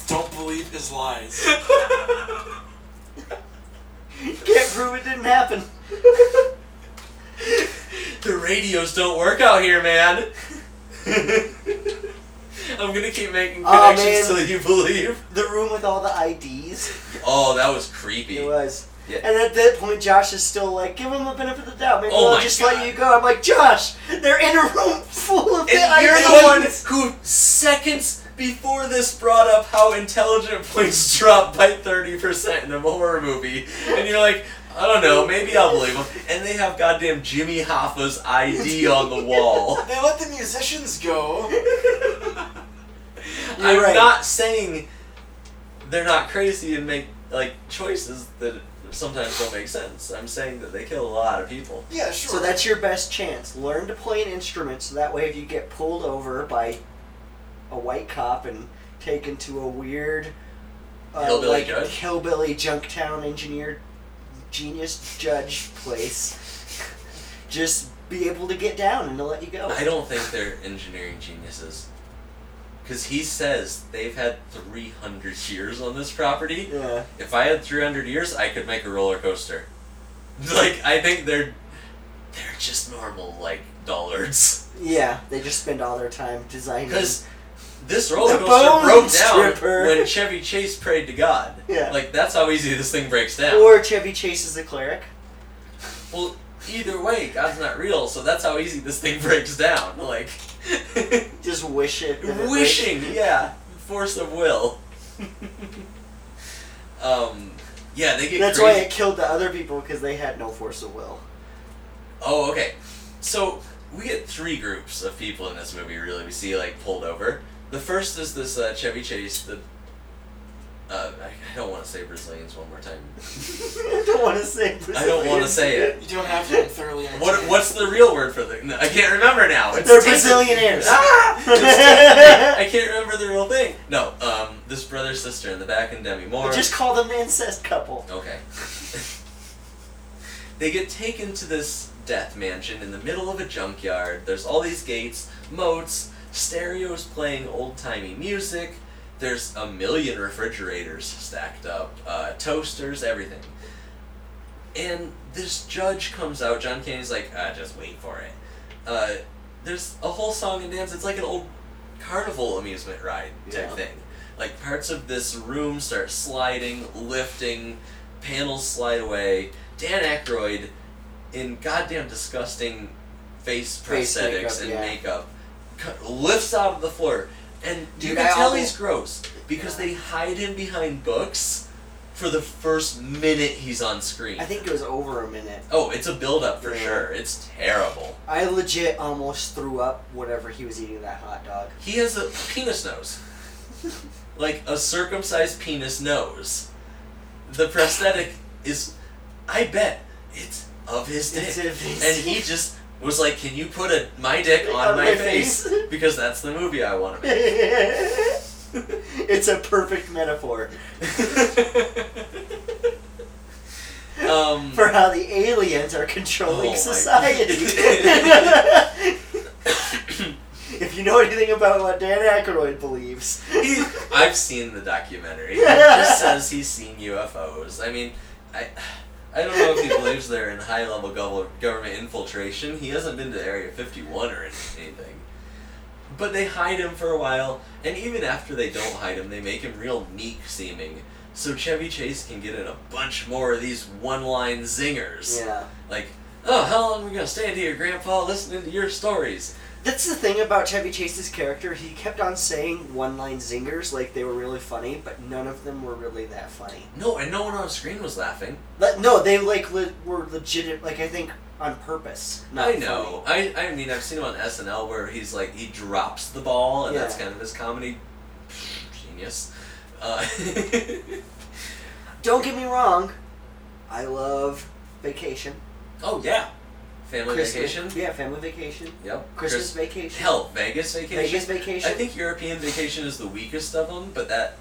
Speaker 2: Don't believe his lies.
Speaker 3: Can't prove it didn't happen.
Speaker 1: The radios don't work out here, man. I'm gonna keep making
Speaker 3: Aw,
Speaker 1: connections till
Speaker 3: man.
Speaker 1: you believe.
Speaker 3: The room with all the IDs.
Speaker 1: Oh, that was creepy.
Speaker 3: It was.
Speaker 1: Yeah.
Speaker 3: And at that point, Josh is still like, give him a benefit of the doubt. Maybe
Speaker 1: Oh
Speaker 3: I'll
Speaker 1: my
Speaker 3: just
Speaker 1: God.
Speaker 3: let you go. I'm like, Josh, they're in a room full of
Speaker 1: And
Speaker 3: the
Speaker 1: you're
Speaker 3: IDs.
Speaker 1: the one who seconds before this brought up how intelligent points drop by 30% in a horror movie. And you're like, I don't know, maybe I'll believe them. And they have goddamn Jimmy Hoffa's ID on the wall.
Speaker 2: They let the musicians go.
Speaker 3: You're
Speaker 1: I'm
Speaker 3: right.
Speaker 1: not saying they're not crazy and make like choices that sometimes don't make sense. I'm saying that they kill a lot of people.
Speaker 2: Yeah, sure.
Speaker 3: So that's your best chance. Learn to play an instrument so that way if you get pulled over by a white cop and taken to a weird uh,
Speaker 1: Hillbilly
Speaker 3: like
Speaker 1: judge?
Speaker 3: hillbilly junktown engineer genius judge place, just be able to get down and they'll let you go.
Speaker 1: I don't think they're engineering geniuses. Because he says they've had 300 years on this property.
Speaker 3: Yeah.
Speaker 1: If I had 300 years, I could make a roller coaster. Like, I think they're. They're just normal, like, dullards.
Speaker 3: Yeah, they just spend all their time designing.
Speaker 1: Because this roller
Speaker 3: The
Speaker 1: coaster
Speaker 3: bone
Speaker 1: broke down
Speaker 3: stripper.
Speaker 1: when Chevy Chase prayed to God.
Speaker 3: Yeah.
Speaker 1: Like, that's how easy this thing breaks down.
Speaker 3: Or Chevy Chase is a cleric.
Speaker 1: well, either way, God's not real, so that's how easy this thing breaks down. Like,
Speaker 3: Just wish it. that it
Speaker 1: wishing, yeah, force of will. um, yeah, they get.
Speaker 3: That's why
Speaker 1: crazy.
Speaker 3: it killed the other people because they had no force of will.
Speaker 1: Oh, okay. So we get three groups of people in this movie. Really, we see like pulled over. The first is this uh, Chevy Chase. The uh, I, I don't want to say Brazilians one more time.
Speaker 3: I don't want to say.
Speaker 1: I don't want to say it.
Speaker 2: you don't have to thoroughly understand.
Speaker 1: What what's the real word for the? No, I can't remember now. It's
Speaker 3: They're
Speaker 1: taken-
Speaker 3: Brazilianaires.
Speaker 1: Ah! I can't remember the real thing. No, um, this brother sister in the back and Demi Moore.
Speaker 3: Just call them the incest couple.
Speaker 1: Okay. they get taken to this death mansion in the middle of a junkyard. There's all these gates, moats, stereos playing old timey music. There's a million refrigerators stacked up, uh, toasters, everything. And this judge comes out. John Candy's like, ah, just wait for it. Uh, there's a whole song and dance. It's like an old carnival amusement ride type
Speaker 3: Yeah.
Speaker 1: thing. Like parts of this room start sliding, lifting, panels slide away. Dan Aykroyd, in goddamn disgusting face
Speaker 3: Face
Speaker 1: prosthetics
Speaker 3: makeup,
Speaker 1: and
Speaker 3: yeah.
Speaker 1: makeup, cu- lifts out of the floor, and you
Speaker 3: Dude,
Speaker 1: can
Speaker 3: I
Speaker 1: tell
Speaker 3: almost-
Speaker 1: he's gross because
Speaker 3: Yeah.
Speaker 1: they hide him behind books for the first minute he's on screen.
Speaker 3: I think it was over a minute.
Speaker 1: Oh, it's a build-up for
Speaker 3: Yeah.
Speaker 1: sure. It's terrible.
Speaker 3: I legit almost threw up whatever he was eating that hot dog.
Speaker 1: He has a penis nose. like a circumcised penis nose. The prosthetic is I bet it's of his dick.
Speaker 3: It's of his
Speaker 1: and he just was like, "Can you put a my dick on, my, face? because that's the movie I want to make."
Speaker 3: it's a perfect metaphor
Speaker 1: Um
Speaker 3: for how the aliens are controlling
Speaker 1: Oh my-
Speaker 3: society. if you know anything about what Dan Aykroyd believes,
Speaker 1: He- I've seen the documentary. He just says he's seen UFOs. I mean, I, I don't know if he believes they're in high level government infiltration. He hasn't been to Area 51 or anything. But they hide him for a while, and even after they don't hide him, they make him real meek seeming. So Chevy Chase can get in a bunch more of these one line zingers.
Speaker 3: yeah.
Speaker 1: Like, oh, how long are we going to stand here, Grandpa, listening to your stories?
Speaker 3: That's the thing about Chevy Chase's character. He kept on saying one line zingers like they were really funny, but none of them were really that funny.
Speaker 1: No, and no one on screen was laughing.
Speaker 3: Le- no, they like le- were legit. Like I think on purpose. Not
Speaker 1: I know. I, I mean, I've seen him on SNL where he's like, he drops the ball, and that's
Speaker 3: Yeah.
Speaker 1: kind of his comedy genius. Uh,
Speaker 3: funny. Don't get me wrong. I love Vacation.
Speaker 1: oh, yeah. Family
Speaker 3: Christmas-
Speaker 1: vacation.
Speaker 3: Yeah, family vacation.
Speaker 1: Yep.
Speaker 3: Christmas
Speaker 1: Chris-
Speaker 3: vacation.
Speaker 1: Hell, Vegas vacation.
Speaker 3: Vegas vacation.
Speaker 1: I think European vacation is the weakest of them, but that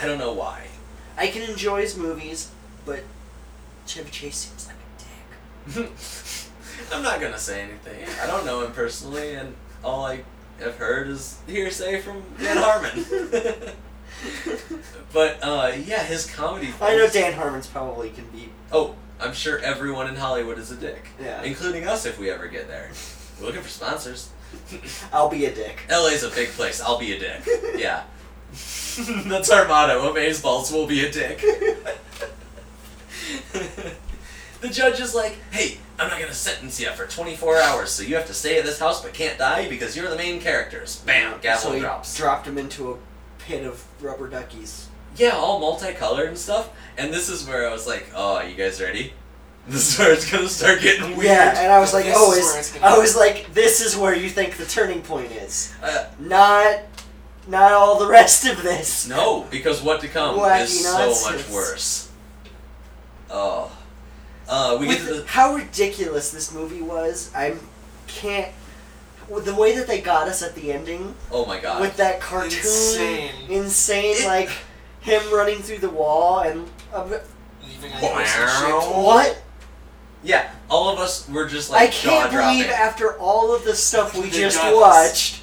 Speaker 1: I don't know why.
Speaker 3: I can enjoy his movies, but Chevy Chase seems like a dick.
Speaker 1: I'm not gonna say anything. I don't know him personally, and all I have heard is hearsay from Dan Harmon. but uh, yeah, his comedy.
Speaker 3: I know Dan Harmon's probably can be.
Speaker 1: Oh, I'm sure everyone in Hollywood is a dick.
Speaker 3: Yeah.
Speaker 1: Including us if we ever get there. We're looking for sponsors.
Speaker 3: I'll be a dick.
Speaker 1: LA's a big place. I'll be a dick. Yeah. That's our motto. Amazeballs will be a dick. the judge is like, hey, I'm not going to sentence you for 24 hours, so you have to stay at this house but can't die because you're the main characters. Bam, gavel
Speaker 3: so he
Speaker 1: drops.
Speaker 3: Dropped him into a pit of rubber duckies.
Speaker 1: yeah, all multicolored and stuff. And this is where I was like, oh, you guys ready? This is where it's going to start getting weird.
Speaker 3: Yeah, and I was like,
Speaker 2: This
Speaker 3: oh,
Speaker 2: is
Speaker 3: is,
Speaker 2: where it's gonna
Speaker 3: I
Speaker 2: go.
Speaker 3: was like, this is where you think the turning point is,
Speaker 1: Uh,
Speaker 3: not, not all the rest of this.
Speaker 1: No, because what to come
Speaker 3: Wacky
Speaker 1: is so
Speaker 3: nonsense.
Speaker 1: much worse. Oh. Uh, we get
Speaker 3: With
Speaker 1: to the.
Speaker 3: how ridiculous this movie was, I can't. with The way that they got us at the ending
Speaker 1: Oh my god.
Speaker 3: with that cartoon,
Speaker 2: Insane.
Speaker 3: insane,
Speaker 1: It-
Speaker 3: like him running through the wall and uh,
Speaker 2: Leaving a
Speaker 1: Wow.
Speaker 2: house and shit.
Speaker 3: what?
Speaker 1: yeah, all of us were just
Speaker 3: I
Speaker 1: like jaw
Speaker 3: can't believe
Speaker 1: dropping.
Speaker 3: after all of the stuff we
Speaker 2: They
Speaker 3: just
Speaker 2: got us.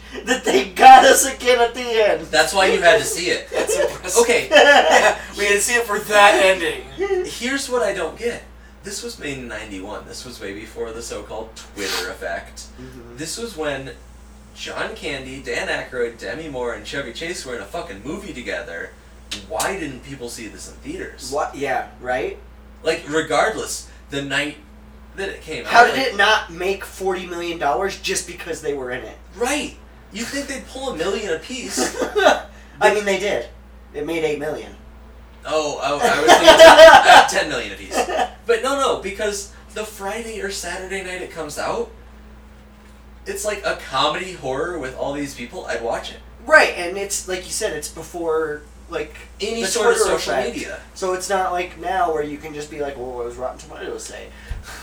Speaker 3: watched that they got us again at the end.
Speaker 1: That's why you had to see it.
Speaker 2: That's impressive.
Speaker 1: Okay,
Speaker 2: we had to see it for that ending.
Speaker 1: here's what I don't get. This was made in 91. This was way before the so called Twitter effect. This was when John Candy, Dan Aykroyd, Demi Moore, and Chevy Chase were in a fucking movie together. Why didn't people see this in theaters?
Speaker 3: What? Yeah, right.
Speaker 1: Like, regardless, the night that it came out.
Speaker 3: How did
Speaker 1: like,
Speaker 3: it not make forty million dollars just because they were in it?
Speaker 1: Right. You think they'd pull a million apiece?
Speaker 3: I mean, they did. It made eight million.
Speaker 1: oh, I, I was thinking uh, ten million apiece. But no, no, because the Friday or Saturday night it comes out, it's like a comedy horror with all these people. I'd watch it.
Speaker 3: Right, and it's like you said, it's before like
Speaker 1: Any
Speaker 3: the
Speaker 1: sort of
Speaker 3: Twitter
Speaker 1: social
Speaker 3: effect.
Speaker 1: media.
Speaker 3: So it's not like now where you can just be like, "Well, what was Rotten Tomatoes say?"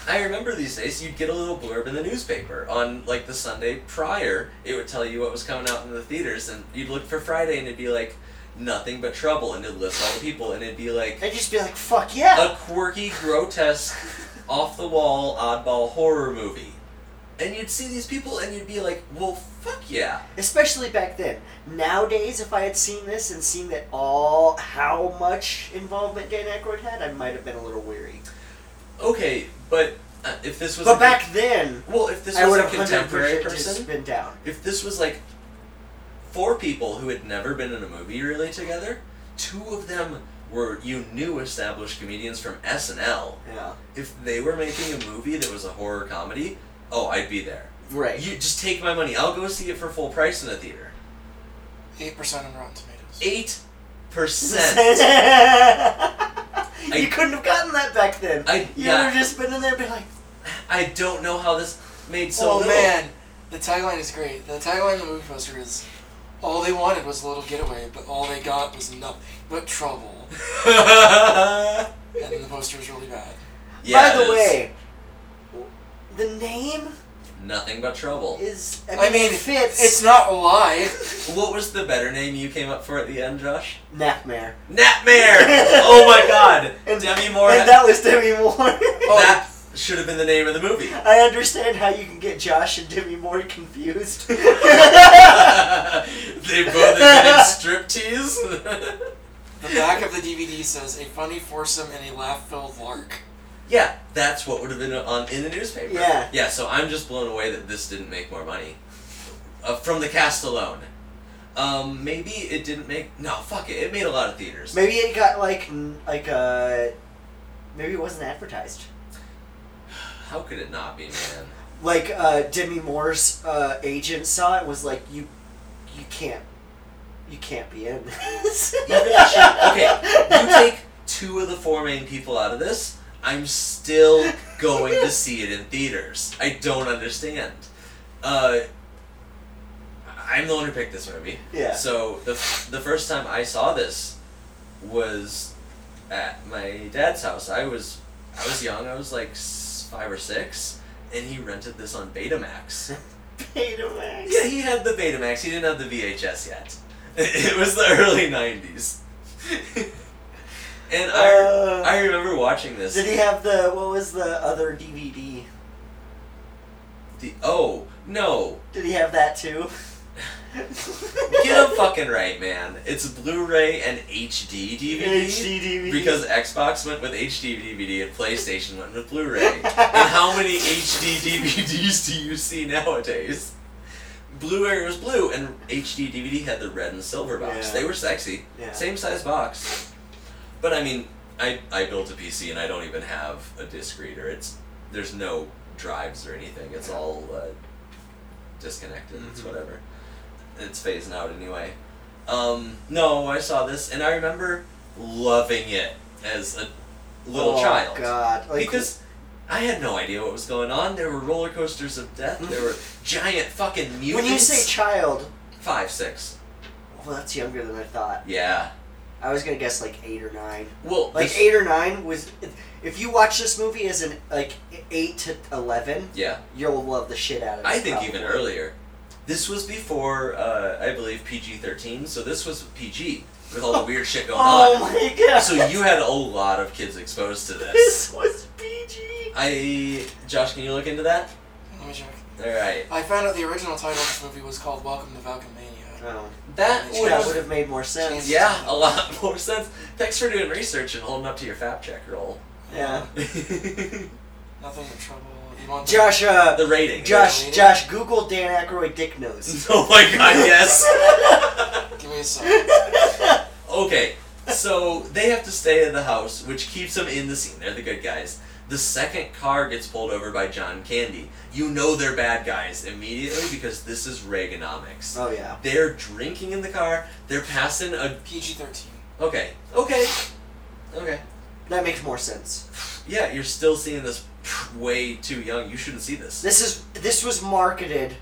Speaker 1: I remember these days you'd get a little blurb in the newspaper on like the Sunday prior. It would tell you what was coming out in the theaters, and you'd look for Friday, and it'd be like nothing but trouble, and it'd list all the people, and it'd be like
Speaker 3: And just be like, "Fuck yeah!"
Speaker 1: a quirky, grotesque, off the wall, oddball horror movie. And you'd see these people and you'd be like, well, fuck yeah.
Speaker 3: Especially back then. Nowadays, if I had seen this and seen that all how much involvement Dan Aykroyd had, I might have been a little weary.
Speaker 1: Okay, but uh, if this was.
Speaker 3: But
Speaker 1: a-
Speaker 3: back then,
Speaker 1: Well, if this
Speaker 3: I
Speaker 1: was
Speaker 3: would
Speaker 1: a
Speaker 3: have hundred
Speaker 1: contemporary
Speaker 3: percent
Speaker 1: person.
Speaker 3: just been down.
Speaker 1: If this was like four people who had never been in a movie really together, two of them were you knew established comedians from SNL.
Speaker 3: Yeah.
Speaker 1: If they were making a movie that was a horror comedy, oh, I'd be there.
Speaker 3: Right.
Speaker 1: You just take my money. I'll go see it for full price in a theater.
Speaker 2: Eight percent on Rotten Tomatoes.
Speaker 1: eight percent.
Speaker 3: you
Speaker 1: I-
Speaker 3: couldn't have gotten that back then.
Speaker 1: I-
Speaker 3: you
Speaker 1: yeah.
Speaker 3: would have just been in there and been like,
Speaker 1: I don't know how this made so
Speaker 2: oh
Speaker 1: little.
Speaker 2: man, the tagline is great. The tagline in the movie poster is, "All they wanted was a little getaway, but all they got was nothing but trouble." and the poster is really bad.
Speaker 1: Yeah,
Speaker 3: by
Speaker 1: it
Speaker 3: the
Speaker 1: is.
Speaker 3: way, the name
Speaker 1: nothing but trouble.
Speaker 3: is. I mean,
Speaker 2: I mean,
Speaker 3: it fits.
Speaker 2: It's not a lie.
Speaker 1: What was the better name you came up for at the end, Josh?
Speaker 3: Nightmare.
Speaker 1: Napmare. oh my God, Demi Moore.
Speaker 3: And that was Demi Moore.
Speaker 1: that should have been the name of the movie.
Speaker 3: I understand how you can get Josh and Demi Moore confused.
Speaker 1: they both invented striptease.
Speaker 2: The back of the DVD says a funny foursome and a laugh-filled lark.
Speaker 1: yeah, that's what would have been on in the newspaper.
Speaker 3: Yeah.
Speaker 1: Yeah. So I'm just blown away that this didn't make more money uh, from the cast alone. Um, maybe it didn't make. No, fuck it. It made a lot of theaters.
Speaker 3: maybe it got like n- like uh, maybe it wasn't advertised.
Speaker 1: How could it not be, man?
Speaker 3: Like uh, Demi Moore's uh, agent saw it and was like, you, you can't, you can't be in this.
Speaker 1: Even if she- okay, you take two of the four main people out of this. I'm still going to see it in theaters. I don't understand. Uh, I'm the one who picked this movie.
Speaker 3: Yeah.
Speaker 1: So the f- the first time I saw this was at my dad's house. I was I was young. I was like s- five or six, and he rented this on Betamax.
Speaker 3: Betamax.
Speaker 1: yeah, he had the Betamax. He didn't have the VHS yet. It was the early '90s. and I,
Speaker 3: Uh.
Speaker 1: I remember watching this.
Speaker 3: Did he have the what was the other DVD?
Speaker 1: The, oh no!
Speaker 3: Did he have that too?
Speaker 1: Get a fucking right, man. It's Blu-ray and HD DVD.
Speaker 3: HD DVD.
Speaker 1: Because Xbox went with HD DVD and PlayStation went with Blu-ray. and how many HD DVDs do you see nowadays? Blu-ray was blue, and HD DVD had the red and silver box.
Speaker 3: Yeah.
Speaker 1: They were sexy.
Speaker 3: Yeah.
Speaker 1: Same size box. But I mean, I I built a PC and I don't even have a disc reader. It's there's no drives or anything. It's all uh, disconnected. It's
Speaker 3: Mm-hmm.
Speaker 1: whatever. It's phasing out anyway. Um, no, I saw this and I remember loving it as a little
Speaker 3: oh,
Speaker 1: child
Speaker 3: God, like,
Speaker 1: because I had no idea what was going on. There were roller coasters of death. There were giant fucking
Speaker 3: Hmm. when
Speaker 1: mutants.
Speaker 3: you say child,
Speaker 1: five, six,
Speaker 3: well, that's younger than I thought.
Speaker 1: yeah.
Speaker 3: I was gonna guess like eight or nine.
Speaker 1: Well,
Speaker 3: Like
Speaker 1: this-
Speaker 3: eight or nine was. If you watch this movie as an like eight to eleven,
Speaker 1: Yeah,
Speaker 3: you'll love the shit out of it.
Speaker 1: I think even earlier. This was before, uh, I believe, PG thirteen. So this was PG with all the weird shit going
Speaker 3: Oh
Speaker 1: on.
Speaker 3: my god!
Speaker 1: So you had a lot of kids exposed to this.
Speaker 3: this was PG.
Speaker 1: I, Josh, can you look into that?
Speaker 2: Let me check.
Speaker 1: All right,
Speaker 2: I found out the original title of this movie was called Welcome to Valkamania.
Speaker 3: Oh,
Speaker 1: that
Speaker 2: That
Speaker 1: would
Speaker 3: that
Speaker 2: was-
Speaker 3: would have made more sense.
Speaker 1: yeah, a lot more sense. Thanks for doing research and holding up to your fact check roll.
Speaker 3: Yeah.
Speaker 1: the
Speaker 2: Nothing but trouble. You want
Speaker 3: Josh, uh,
Speaker 1: rating.
Speaker 3: Josh, Josh, Google Dan Aykroyd dick nose.
Speaker 1: Oh my god, yes.
Speaker 2: Give me a second.
Speaker 1: okay, so they have to stay in the house, which keeps them in the scene. They're the good guys. The second car gets pulled over by John Candy. You know they're bad guys immediately because this is Reaganomics.
Speaker 3: Oh yeah.
Speaker 1: They're drinking in the car. They're passing a.
Speaker 2: PG thirteen.
Speaker 1: Okay, okay, okay.
Speaker 3: That makes more sense.
Speaker 1: Yeah, you're still seeing this way too young. You shouldn't see this.
Speaker 3: This is this was marketed.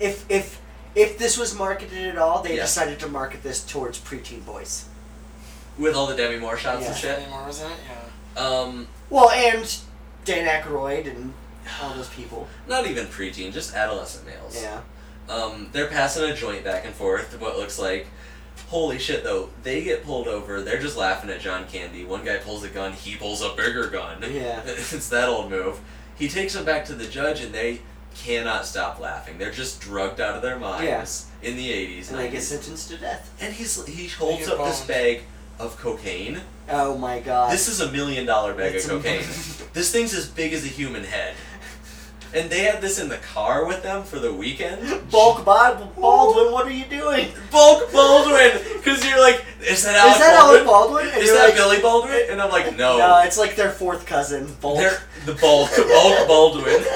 Speaker 3: If if if this was marketed at all, they
Speaker 1: Yeah.
Speaker 3: decided to market this towards preteen boys.
Speaker 1: With all the Demi Moore shots and
Speaker 3: Yeah.
Speaker 1: shit.
Speaker 2: Anymore, isn't it? Yeah.
Speaker 1: Um,
Speaker 3: Well, and Dan Aykroyd and all those people.
Speaker 1: not even preteen, just adolescent males.
Speaker 3: Yeah.
Speaker 1: Um, they're passing a joint back and forth. What looks like, holy shit! Though they get pulled over, they're just laughing at John Candy. One guy pulls a gun, he pulls a bigger gun.
Speaker 3: Yeah.
Speaker 1: it's that old move. He takes them back to the judge, and they cannot stop laughing. They're just drugged out of their minds in the eighties.
Speaker 3: And they get sentenced to death.
Speaker 1: and he's he holds
Speaker 2: get
Speaker 1: up this
Speaker 2: boned.
Speaker 1: bag of cocaine.
Speaker 3: Oh my god.
Speaker 1: This is a million dollar bag
Speaker 3: It's
Speaker 1: of
Speaker 3: a
Speaker 1: cocaine. this thing's as big as a human head. And they had this in the car with them for the weekend.
Speaker 3: Bulk Bod- Baldwin, what are you doing?
Speaker 1: Bulk Baldwin, because you're like, is that Alec
Speaker 3: is that
Speaker 1: Baldwin?
Speaker 3: Alec Baldwin? And
Speaker 1: Is
Speaker 3: you're
Speaker 1: that
Speaker 3: like,
Speaker 1: Billy Baldwin? And I'm like, no,
Speaker 3: No, it's like their fourth cousin, Bulk.
Speaker 1: they're the Bulk Bulk Baldwin.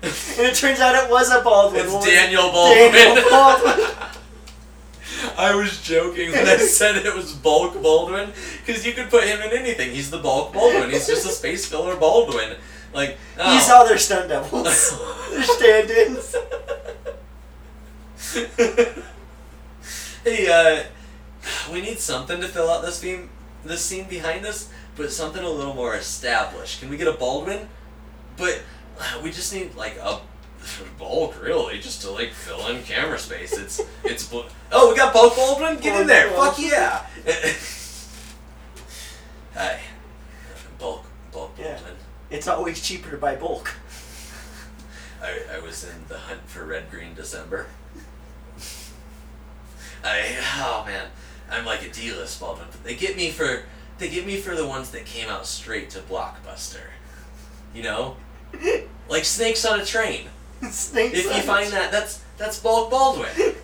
Speaker 3: And it turns out it was a Baldwin.
Speaker 1: It's
Speaker 3: What was it?
Speaker 1: Daniel Baldwin.
Speaker 3: Daniel Baldwin.
Speaker 1: I was joking when I said it was Bulk Baldwin, because you could put him in anything. He's the Bulk Baldwin. He's just a space filler Baldwin. Like oh.
Speaker 3: These are their stunt doubles. They're stand-ins.
Speaker 1: hey, uh, we need something to fill out this theme, this scene behind us, but something a little more established. Can we get a Baldwin? But uh, we just need like a bulk, really, just to like fill in camera space. It's it's. bl- Oh, we got bulk Baldwin. Get in there.
Speaker 3: Bulk
Speaker 1: Fuck yeah. Hi, bulk bulk
Speaker 3: Yeah.
Speaker 1: Baldwin.
Speaker 3: It's always cheaper to buy bulk.
Speaker 1: I, I was in the hunt for red green December. I oh man, I'm like a D-list Baldwin. But they get me for they get me for the ones that came out straight to blockbuster. You know, like snakes on a train.
Speaker 3: Snakes
Speaker 1: If you
Speaker 3: on
Speaker 1: find that, that's that's Bulk Baldwin.
Speaker 3: it.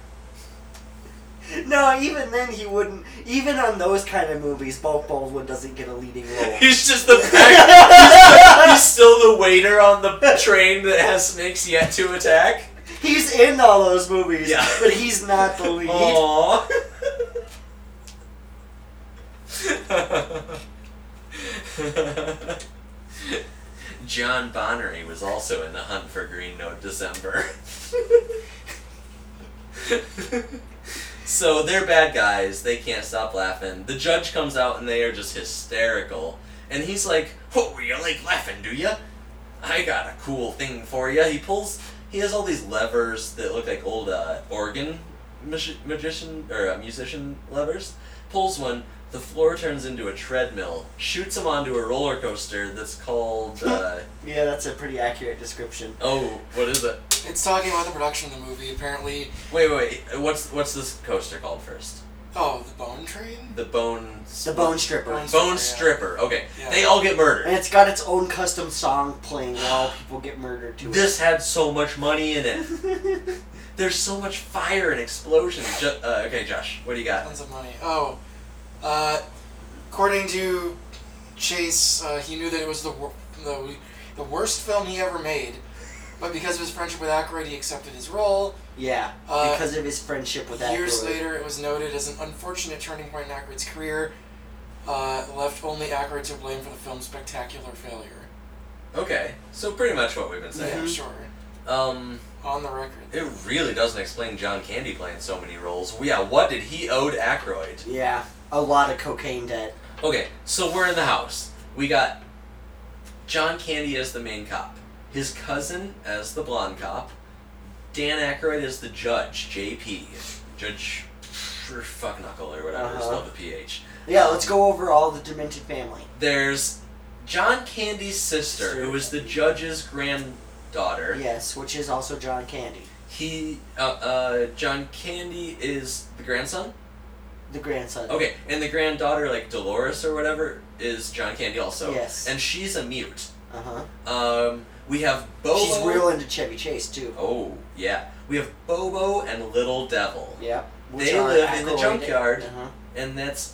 Speaker 3: No, even then he wouldn't. Even on those kind of movies, Bulk Baldwin doesn't get a leading role.
Speaker 1: He's just the back. He's, he's still the waiter on the train that has snakes yet to attack.
Speaker 3: he's in all those movies,
Speaker 1: Yeah. Oh.
Speaker 3: but he's not the lead.
Speaker 1: Aww. John Bonnery was also in the hunt for Green Note December. so they're bad guys. They can't stop laughing. The judge comes out and they are just hysterical. And he's like, Oh, you like laughing, do you? I got a cool thing for you. He pulls. He has all these levers that look like old uh, organ magi- magician or uh, musician levers. Pulls one. The floor turns into a treadmill. Shoots him onto a roller coaster that's called. Uh,
Speaker 3: Yeah, that's a pretty accurate description.
Speaker 1: oh, what is it?
Speaker 2: It's talking about the production of the movie. Apparently,
Speaker 1: Wait, wait. wait. What's what's this coaster called first?
Speaker 2: oh, the Bone Train.
Speaker 1: The bone.
Speaker 3: The Bone Stripper.
Speaker 2: Bone-
Speaker 1: Bone stripper. Okay,
Speaker 2: Yeah.
Speaker 1: they all get murdered.
Speaker 3: And it's got its own custom song playing while people get murdered to
Speaker 1: This had so much money in it. There's so much fire and explosions. Ju- uh, okay, Josh, what do you got?
Speaker 2: Tons of money. Oh, uh, according to Chase, uh, he knew that it was the wor- the the worst film he ever made, but because of his friendship with Aykroyd, he accepted his role.
Speaker 3: it. Yeah,
Speaker 2: Uh,
Speaker 3: because of his friendship with that.
Speaker 2: Years
Speaker 3: girl.
Speaker 2: later, it was noted as an unfortunate turning point in Aykroyd's career, uh, left only Aykroyd to blame for the film's spectacular failure.
Speaker 1: Okay, so pretty much what we've been
Speaker 2: Yeah,
Speaker 1: saying.
Speaker 2: sure.
Speaker 3: Mm-hmm.
Speaker 1: Um,
Speaker 2: On the record.
Speaker 1: it really doesn't explain John Candy playing so many roles. Yeah, what did he owe to Aykroyd?
Speaker 3: Yeah, a lot of cocaine debt.
Speaker 1: Okay, so we're in the house. We got John Candy as the main cop, his cousin as the blonde cop, Dan Aykroyd as the judge, JP, Judge Fuck Knuckle or whatever. It's
Speaker 3: Uh-huh.
Speaker 1: not the PH.
Speaker 3: Yeah, let's go over all the demented family.
Speaker 1: there's John Candy's sister,
Speaker 3: Sister.
Speaker 1: who is the judge's granddaughter.
Speaker 3: Yes, which is also John Candy,
Speaker 1: He, uh, uh, John Candy is the grandson.
Speaker 3: the grandson.
Speaker 1: Okay, and the granddaughter, like Dolores or whatever, is John Candy also.
Speaker 3: Yes.
Speaker 1: And she's a mute.
Speaker 3: Uh huh.
Speaker 1: Um, we have Bobo.
Speaker 3: She's real into Chevy Chase too.
Speaker 1: Oh yeah, we have Bobo and Little Devil,
Speaker 3: Yep. which
Speaker 1: They
Speaker 3: are
Speaker 1: live in the
Speaker 3: Aykroyd-
Speaker 1: junkyard.
Speaker 3: Uh-huh.
Speaker 1: and that's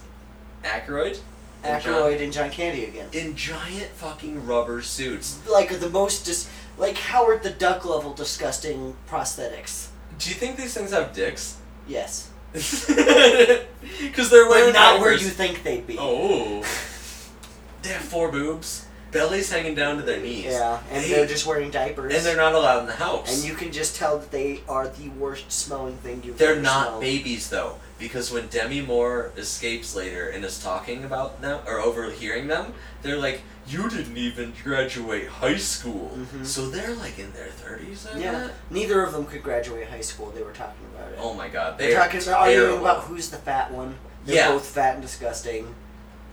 Speaker 1: Ackroyd. and John-
Speaker 3: Aykroyd and John Candy again.
Speaker 1: in giant fucking rubber suits.
Speaker 3: Like the most dis- like Howard the Duck level disgusting prosthetics.
Speaker 1: Do you think these things have dicks?
Speaker 3: Yes.
Speaker 1: Because they're wearing
Speaker 3: But not where
Speaker 1: diapers.
Speaker 3: you think they'd be.
Speaker 1: Oh. They have four boobs, bellies hanging down to their knees.
Speaker 3: Yeah, and
Speaker 1: They-
Speaker 3: they're just wearing diapers.
Speaker 1: and they're not allowed in the house.
Speaker 3: And you can just tell that they are the worst smelling thing you've
Speaker 1: they're
Speaker 3: ever
Speaker 1: not
Speaker 3: smelled.
Speaker 1: babies though, because when Demi Moore escapes later and is talking about them or overhearing them, they're like, "You didn't even graduate high school,"
Speaker 3: Mhm.
Speaker 1: so they're like in their thirties.
Speaker 3: Yeah, neither of them could graduate high school. They were talking about it.
Speaker 1: Oh my god,
Speaker 3: They're
Speaker 1: they are
Speaker 3: talking about arguing
Speaker 1: terrible.
Speaker 3: about who's the fat one. They're
Speaker 1: Yeah.
Speaker 3: both fat and disgusting.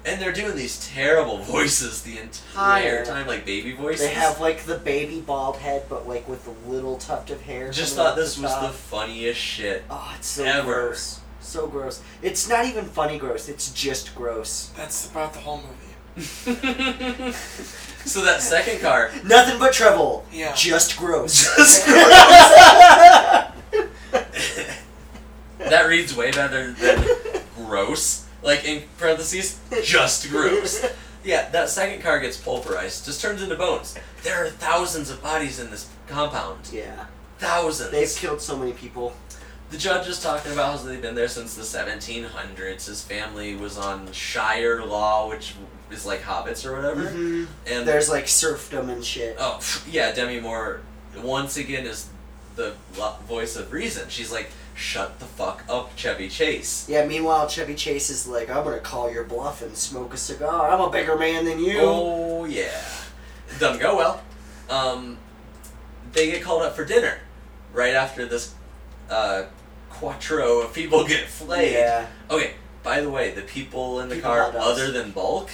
Speaker 1: and they're doing these terrible voices the entire
Speaker 3: Yeah.
Speaker 1: time, like baby voices.
Speaker 3: They have like the baby bald head, but like with a little tuft of hair.
Speaker 1: Just
Speaker 3: coming
Speaker 1: thought
Speaker 3: off the
Speaker 1: this was the
Speaker 3: top.
Speaker 1: funniest shit.
Speaker 3: oh, it's so
Speaker 1: ever.
Speaker 3: gross. So gross. It's not even funny gross. It's just gross.
Speaker 2: That's about the whole movie.
Speaker 1: so that second car,
Speaker 3: Nothing but treble.
Speaker 2: Yeah.
Speaker 3: Just gross.
Speaker 1: that reads way better than gross. Like in parentheses, just gross. Yeah, that second car gets pulverized, just turns into bones. There are thousands of bodies in this compound.
Speaker 3: yeah.
Speaker 1: Thousands.
Speaker 3: They've killed so many people.
Speaker 1: The judge is talking about how they've been there since the 1700s. His family was on Shire Law, which is like hobbits or whatever.
Speaker 3: Mhm.
Speaker 1: And
Speaker 3: There's like serfdom and shit.
Speaker 1: oh pff, yeah, Demi Moore once again is the lo- voice of reason. She's like, shut the fuck up, Chevy Chase.
Speaker 3: Yeah, meanwhile, Chevy Chase is like, I'm gonna call your bluff and smoke a cigar. I'm a bigger man than you.
Speaker 1: Oh yeah, doesn't go well. Um, they get called up for dinner right after this uh, quattro of people get flayed.
Speaker 3: Yeah.
Speaker 1: Okay. By the way, the people in the
Speaker 3: People
Speaker 1: car
Speaker 3: not us.
Speaker 1: other than Bulk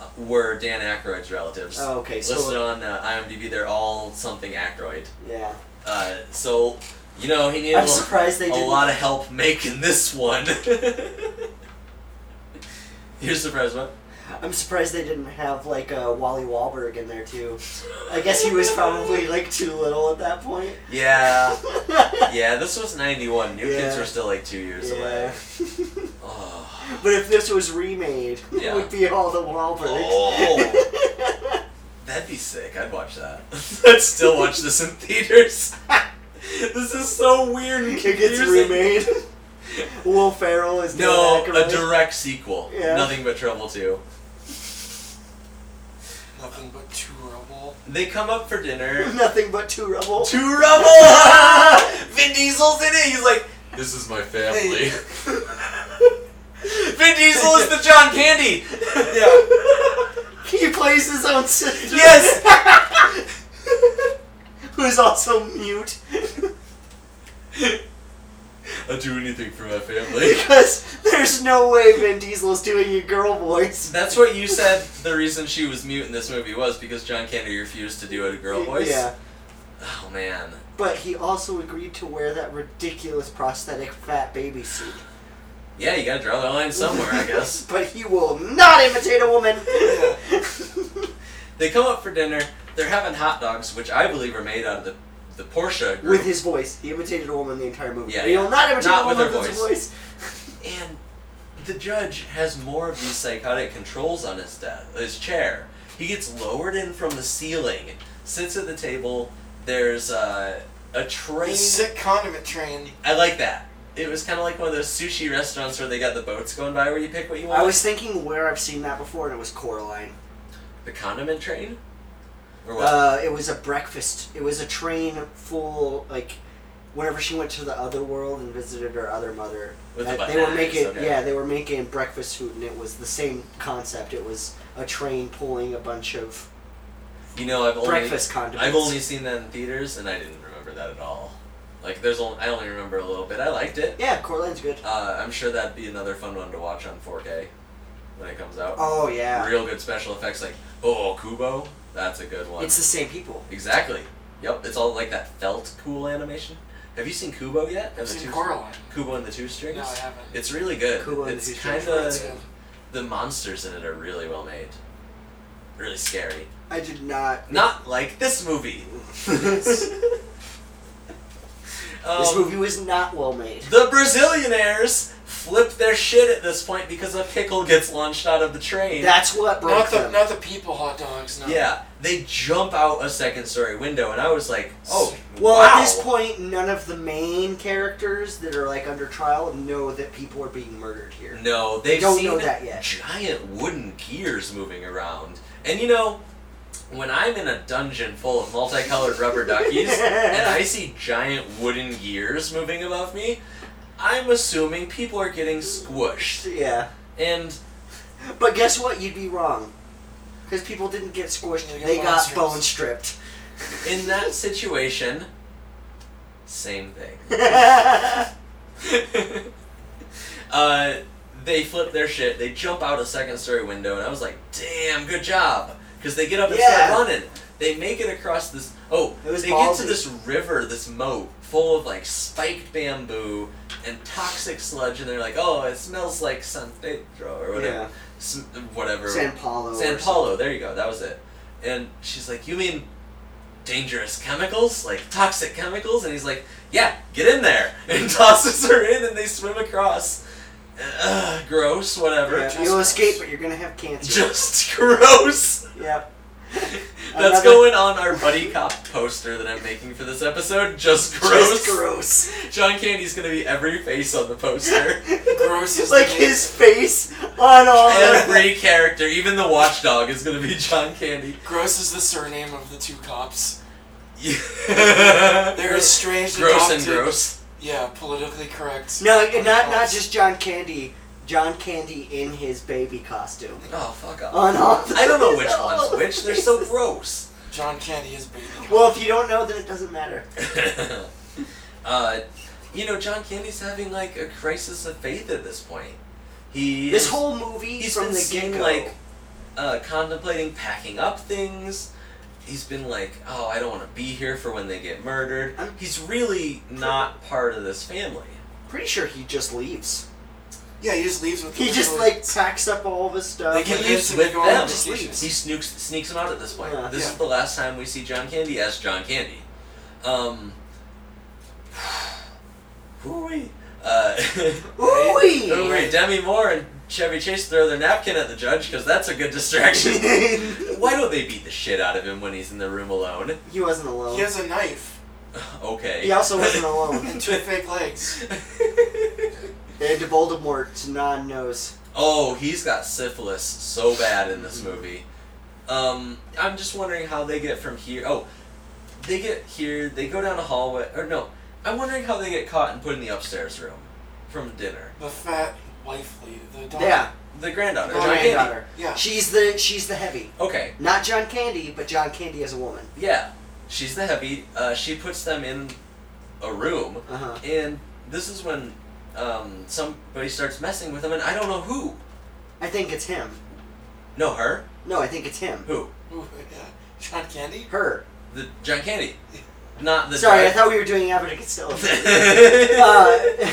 Speaker 1: uh, were Dan Aykroyd's relatives.
Speaker 3: Oh, okay, so-
Speaker 1: listed on uh, IMDb, they're all something Aykroyd.
Speaker 3: Yeah.
Speaker 1: Uh, so you know he needed a,
Speaker 3: I'm
Speaker 1: little-
Speaker 3: surprised they
Speaker 1: a
Speaker 3: didn't.
Speaker 1: lot of help making this one. You're surprised what?
Speaker 3: I'm surprised they didn't have like a Wally Wahlberg in there too. I guess he was probably like too little at that point.
Speaker 1: Yeah, yeah. This was '91. New kids
Speaker 3: Yeah.
Speaker 1: were still like two years away.
Speaker 3: Yeah.
Speaker 1: Oh.
Speaker 3: But if this was remade,
Speaker 1: Yeah.
Speaker 3: it would be all the Wahlbergs.
Speaker 1: Oh. That'd be sick. I'd watch that. I'd still watch this in theaters. this is so weird. and
Speaker 3: it gets
Speaker 1: confusing.
Speaker 3: remade. Will Ferrell is Dan
Speaker 1: No, a
Speaker 3: Aykroyd.
Speaker 1: direct sequel.
Speaker 3: Yeah.
Speaker 1: Nothing but Trouble 2.
Speaker 2: Nothing but tourable.
Speaker 1: They come up for dinner.
Speaker 3: Nothing but two rubble.
Speaker 1: to Rubble! Vin Diesel's in it. He's like, this is my family. Vin Diesel is the John Candy.
Speaker 2: Yeah.
Speaker 3: He plays his own sister.
Speaker 1: Yes.
Speaker 3: who's also mute
Speaker 1: I'll do anything for my family.
Speaker 3: because there's no way Vin Diesel's doing a girl voice.
Speaker 1: That's what you said the reason she was mute in this movie was because John Candy refused to do it a girl voice.
Speaker 3: Yeah,
Speaker 1: Oh man.
Speaker 3: but he also agreed to wear that ridiculous prosthetic fat baby suit.
Speaker 1: Yeah, you gotta draw the line somewhere, I guess.
Speaker 3: But he will not imitate a woman.
Speaker 1: They come up for dinner, they're having hot dogs, which I believe are made out of the the Porsche group.
Speaker 3: with his voice, he imitated a woman the entire movie.
Speaker 1: Yeah,
Speaker 3: But he'll
Speaker 1: yeah.
Speaker 3: not imitate
Speaker 1: Not
Speaker 3: a
Speaker 1: with
Speaker 3: woman
Speaker 1: her
Speaker 3: with his
Speaker 1: voice.
Speaker 3: voice.
Speaker 1: and the judge has more of these psychotic controls on his de- his chair. He gets lowered in from the ceiling, sits at the table. There's uh, a train.
Speaker 2: The sick condiment train.
Speaker 1: I like that. It was kind of like one of those sushi restaurants where they got the boats going by where you pick what you want.
Speaker 3: I was thinking where I've seen that before, and it was Coraline.
Speaker 1: the condiment train, or what?
Speaker 3: Uh, it was a breakfast. It was a train full like. Whenever she went to the other world and visited her other mother,
Speaker 1: With
Speaker 3: that-
Speaker 1: the
Speaker 3: they were
Speaker 1: bananas,
Speaker 3: making
Speaker 1: okay.
Speaker 3: yeah they were making breakfast food, and it was the same concept. It was a train pulling a bunch of
Speaker 1: you know, I've only
Speaker 3: breakfast condiments.
Speaker 1: I've only seen that in theaters, and I didn't remember that at all. Like, there's only I only remember a little bit. I liked it.
Speaker 3: yeah Coraline's good.
Speaker 1: Uh, I'm sure that'd be another fun one to watch on 4K when it comes out.
Speaker 3: Oh yeah,
Speaker 1: real good special effects like oh kubo that's a good one
Speaker 3: it's the same people.
Speaker 1: exactly yep it's all like that felt cool animation have you seen kubo yet
Speaker 2: I've
Speaker 1: And the
Speaker 2: seen
Speaker 1: two-
Speaker 2: Coraline.
Speaker 1: kubo and the two strings
Speaker 2: No, I haven't.
Speaker 1: it's really good
Speaker 3: Kubo and the
Speaker 1: it's
Speaker 3: Two
Speaker 1: kind
Speaker 3: Strings.
Speaker 2: It's
Speaker 1: of
Speaker 2: good.
Speaker 1: the monsters in it are really well made really scary
Speaker 3: I did not.
Speaker 1: not like this movie
Speaker 3: this
Speaker 1: Um,
Speaker 3: movie was not well made.
Speaker 1: the Brazilianaires flip their shit at this point because a pickle gets launched out of the train.
Speaker 3: That's what broke
Speaker 2: Not the
Speaker 3: them.
Speaker 2: not the people hot dogs. No.
Speaker 1: Yeah, they jump out a second story window, and I was like, oh,
Speaker 3: Well,
Speaker 1: wow.
Speaker 3: at this point, none of the main characters that are like under trial know that people are being murdered here.
Speaker 1: no, they've
Speaker 3: don't
Speaker 1: seen
Speaker 3: know that yet.
Speaker 1: giant wooden gears moving around, and you know. When I'm in a dungeon full of multicolored rubber duckies and I see giant wooden gears moving above me, I'm assuming people are getting squished.
Speaker 3: Yeah,
Speaker 1: And
Speaker 3: but guess what? You'd be wrong, because people didn't get squished;
Speaker 2: They
Speaker 3: they,
Speaker 2: got bone
Speaker 3: got
Speaker 2: stripped.
Speaker 3: bone stripped.
Speaker 1: in that situation, same thing. uh, they flip their shit. They jump out a second story window, and I was like, "Damn, good job!" Because they get up and
Speaker 3: Yeah.
Speaker 1: start running. They make it across this. Oh,
Speaker 3: It was
Speaker 1: they get to
Speaker 3: ballsy.
Speaker 1: this river, this moat full of like spiked bamboo and toxic sludge, and they're like, "Oh, it smells like San Pedro or whatever."
Speaker 3: Yeah.
Speaker 1: Sm- whatever.
Speaker 3: San Paulo.
Speaker 1: San
Speaker 3: or
Speaker 1: Paulo. There you go. That was it. And she's like, "You mean dangerous chemicals, like toxic chemicals?" And he's like, "Yeah, get in there." And tosses her in, and they swim across. Ugh, gross. Whatever.
Speaker 3: something. Yeah,
Speaker 1: Just,
Speaker 3: you'll escape, but you're gonna have cancer.
Speaker 1: just gross.
Speaker 3: yep.
Speaker 1: That's
Speaker 3: Another-
Speaker 1: going on our buddy cop poster that I'm making for this episode. Just gross.
Speaker 3: Just gross.
Speaker 1: John Candy's gonna be every face on the poster.
Speaker 2: Gross is
Speaker 3: like
Speaker 2: the
Speaker 3: his face on all. of it.
Speaker 1: every character, even the watchdog, is gonna be John Candy.
Speaker 2: Gross is the surname of the two cops. They're
Speaker 1: They're
Speaker 2: estranged.
Speaker 1: gross and
Speaker 2: adopted-
Speaker 1: gross.
Speaker 2: Yeah, politically correct.
Speaker 3: No, not not
Speaker 2: cops.
Speaker 3: just John Candy. John Candy in his baby costume.
Speaker 1: Oh fuck off.
Speaker 3: On all.
Speaker 1: I don't know which
Speaker 3: on all
Speaker 1: one's
Speaker 3: the
Speaker 1: which. They're so
Speaker 3: faces.
Speaker 1: gross.
Speaker 2: John Candy is baby. cop.
Speaker 3: Well, if you don't know, then it doesn't matter.
Speaker 1: uh, you know, John Candy's having like a crisis of faith at this point. He
Speaker 3: This
Speaker 1: is-
Speaker 3: whole movie
Speaker 1: he's
Speaker 3: from
Speaker 1: been
Speaker 3: the
Speaker 1: seen,
Speaker 3: get
Speaker 1: like uh, contemplating packing up things. He's been like, oh, I don't want to be here for when they get murdered.
Speaker 3: I'm-
Speaker 1: He's really not part of this family.
Speaker 3: pretty sure he just leaves.
Speaker 2: Yeah, he just leaves with. the
Speaker 3: He just
Speaker 2: little-
Speaker 3: like packs up all of his stuff.
Speaker 2: They
Speaker 1: He
Speaker 2: get
Speaker 3: like,
Speaker 1: leaves
Speaker 2: to
Speaker 1: with
Speaker 2: go on
Speaker 1: them.
Speaker 2: vacation.
Speaker 1: He snooks, sneaks him out at this point.
Speaker 3: Yeah.
Speaker 1: this
Speaker 2: Yeah.
Speaker 1: is the last time we see John Candy as John Candy. Um, who are we? Uh,
Speaker 3: Ooh-wee!
Speaker 1: who are we? Demi Moore and Chevy Chase throw their napkin at the judge because that's a good distraction. Why don't they beat the shit out of him when he's in the room alone?
Speaker 3: he wasn't alone.
Speaker 2: He has a knife
Speaker 1: Okay.
Speaker 3: He also wasn't alone.
Speaker 2: and two fake legs.
Speaker 3: They had to Voldemort's non nose.
Speaker 1: Oh, he's got syphilis so bad in this movie. Um, I'm just wondering how they get from here. Oh, they get here. They go down a hallway. Or no, I'm wondering how they get caught and put in the upstairs room from dinner.
Speaker 2: The fat wife lady. The dog.
Speaker 3: Yeah,
Speaker 1: The granddaughter.
Speaker 2: Oh,
Speaker 1: John Candy.
Speaker 3: granddaughter.
Speaker 2: Yeah.
Speaker 3: She's the she's the heavy.
Speaker 1: Okay.
Speaker 3: Not John Candy, but John Candy as a woman.
Speaker 1: Yeah. She's the heavy. Uh, she puts them in a room,
Speaker 3: Uh-huh.
Speaker 1: and this is when um, somebody starts messing with them, and I don't know who.
Speaker 3: I think it's him.
Speaker 1: No, her.
Speaker 3: No, I think it's him.
Speaker 1: Who?
Speaker 2: Ooh, yeah. John Candy?
Speaker 3: Her.
Speaker 1: The John Candy. Not the.
Speaker 3: Sorry, I
Speaker 1: judge.
Speaker 3: thought we were doing advocate still. uh,
Speaker 2: Uh,
Speaker 3: I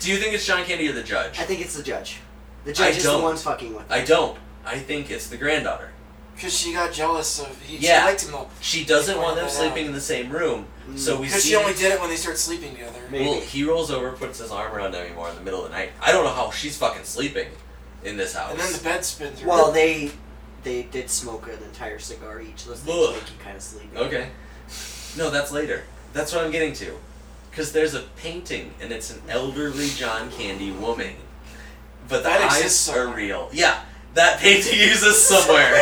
Speaker 1: Do you think it's John Candy or the judge?
Speaker 3: think it's the judge. The judge is
Speaker 1: don't.
Speaker 3: the one fucking with.
Speaker 1: I don't. I think it's the granddaughter.
Speaker 2: Because she got jealous of. He,
Speaker 1: Yeah.
Speaker 2: She liked him though.
Speaker 1: She doesn't want them
Speaker 2: Yeah.
Speaker 1: sleeping in the same room, so we
Speaker 2: Because
Speaker 1: see.
Speaker 2: Mm. she only did it when they started sleeping together.
Speaker 3: Maybe.
Speaker 1: well, he rolls over, puts his arm around Demi Moore in the middle of the night. I don't know how she's fucking sleeping in this house.
Speaker 2: And then the bed spins.
Speaker 3: Well, they they did smoke an entire cigar each. Those things
Speaker 1: Ugh.
Speaker 3: make you kind of sleepy.
Speaker 1: Okay. No, that's later. That's what I'm getting to. Because there's a painting, and it's an elderly John Candy woman. But the
Speaker 2: That
Speaker 1: eyes
Speaker 2: exists
Speaker 1: are
Speaker 2: somewhere.
Speaker 1: real. Yeah, that painting exists somewhere.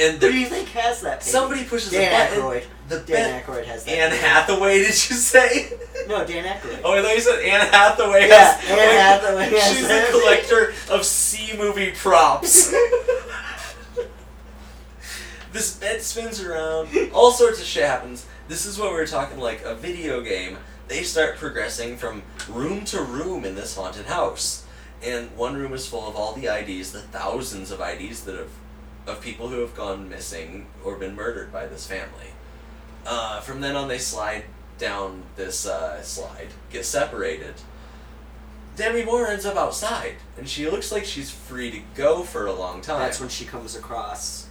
Speaker 1: and
Speaker 3: Who do you
Speaker 1: the,
Speaker 3: think has that? Painting?
Speaker 1: somebody pushes
Speaker 3: Dan
Speaker 1: a button.
Speaker 3: Aykroyd.
Speaker 1: The
Speaker 3: Dan
Speaker 1: bed.
Speaker 3: Aykroyd has that.
Speaker 1: Anne
Speaker 3: painting.
Speaker 1: Hathaway, did you say?
Speaker 3: No, Dan Aykroyd.
Speaker 1: Oh, I thought you said Anne Hathaway.
Speaker 3: Yeah,
Speaker 1: has-
Speaker 3: Anne Hathaway has
Speaker 1: She's a
Speaker 3: it.
Speaker 1: collector of C movie props. this bed spins around. All sorts of shit happens. This is what we were talking like a video game. They start progressing from room to room in this haunted house, and one room is full of all the IDs, the thousands of IDs that have of people who have gone missing or been murdered by this family. Uh, from then on, they slide down this uh, slide, get separated. Demi Moore ends up outside, and she looks like she's free to go for a long time.
Speaker 3: That's when she comes across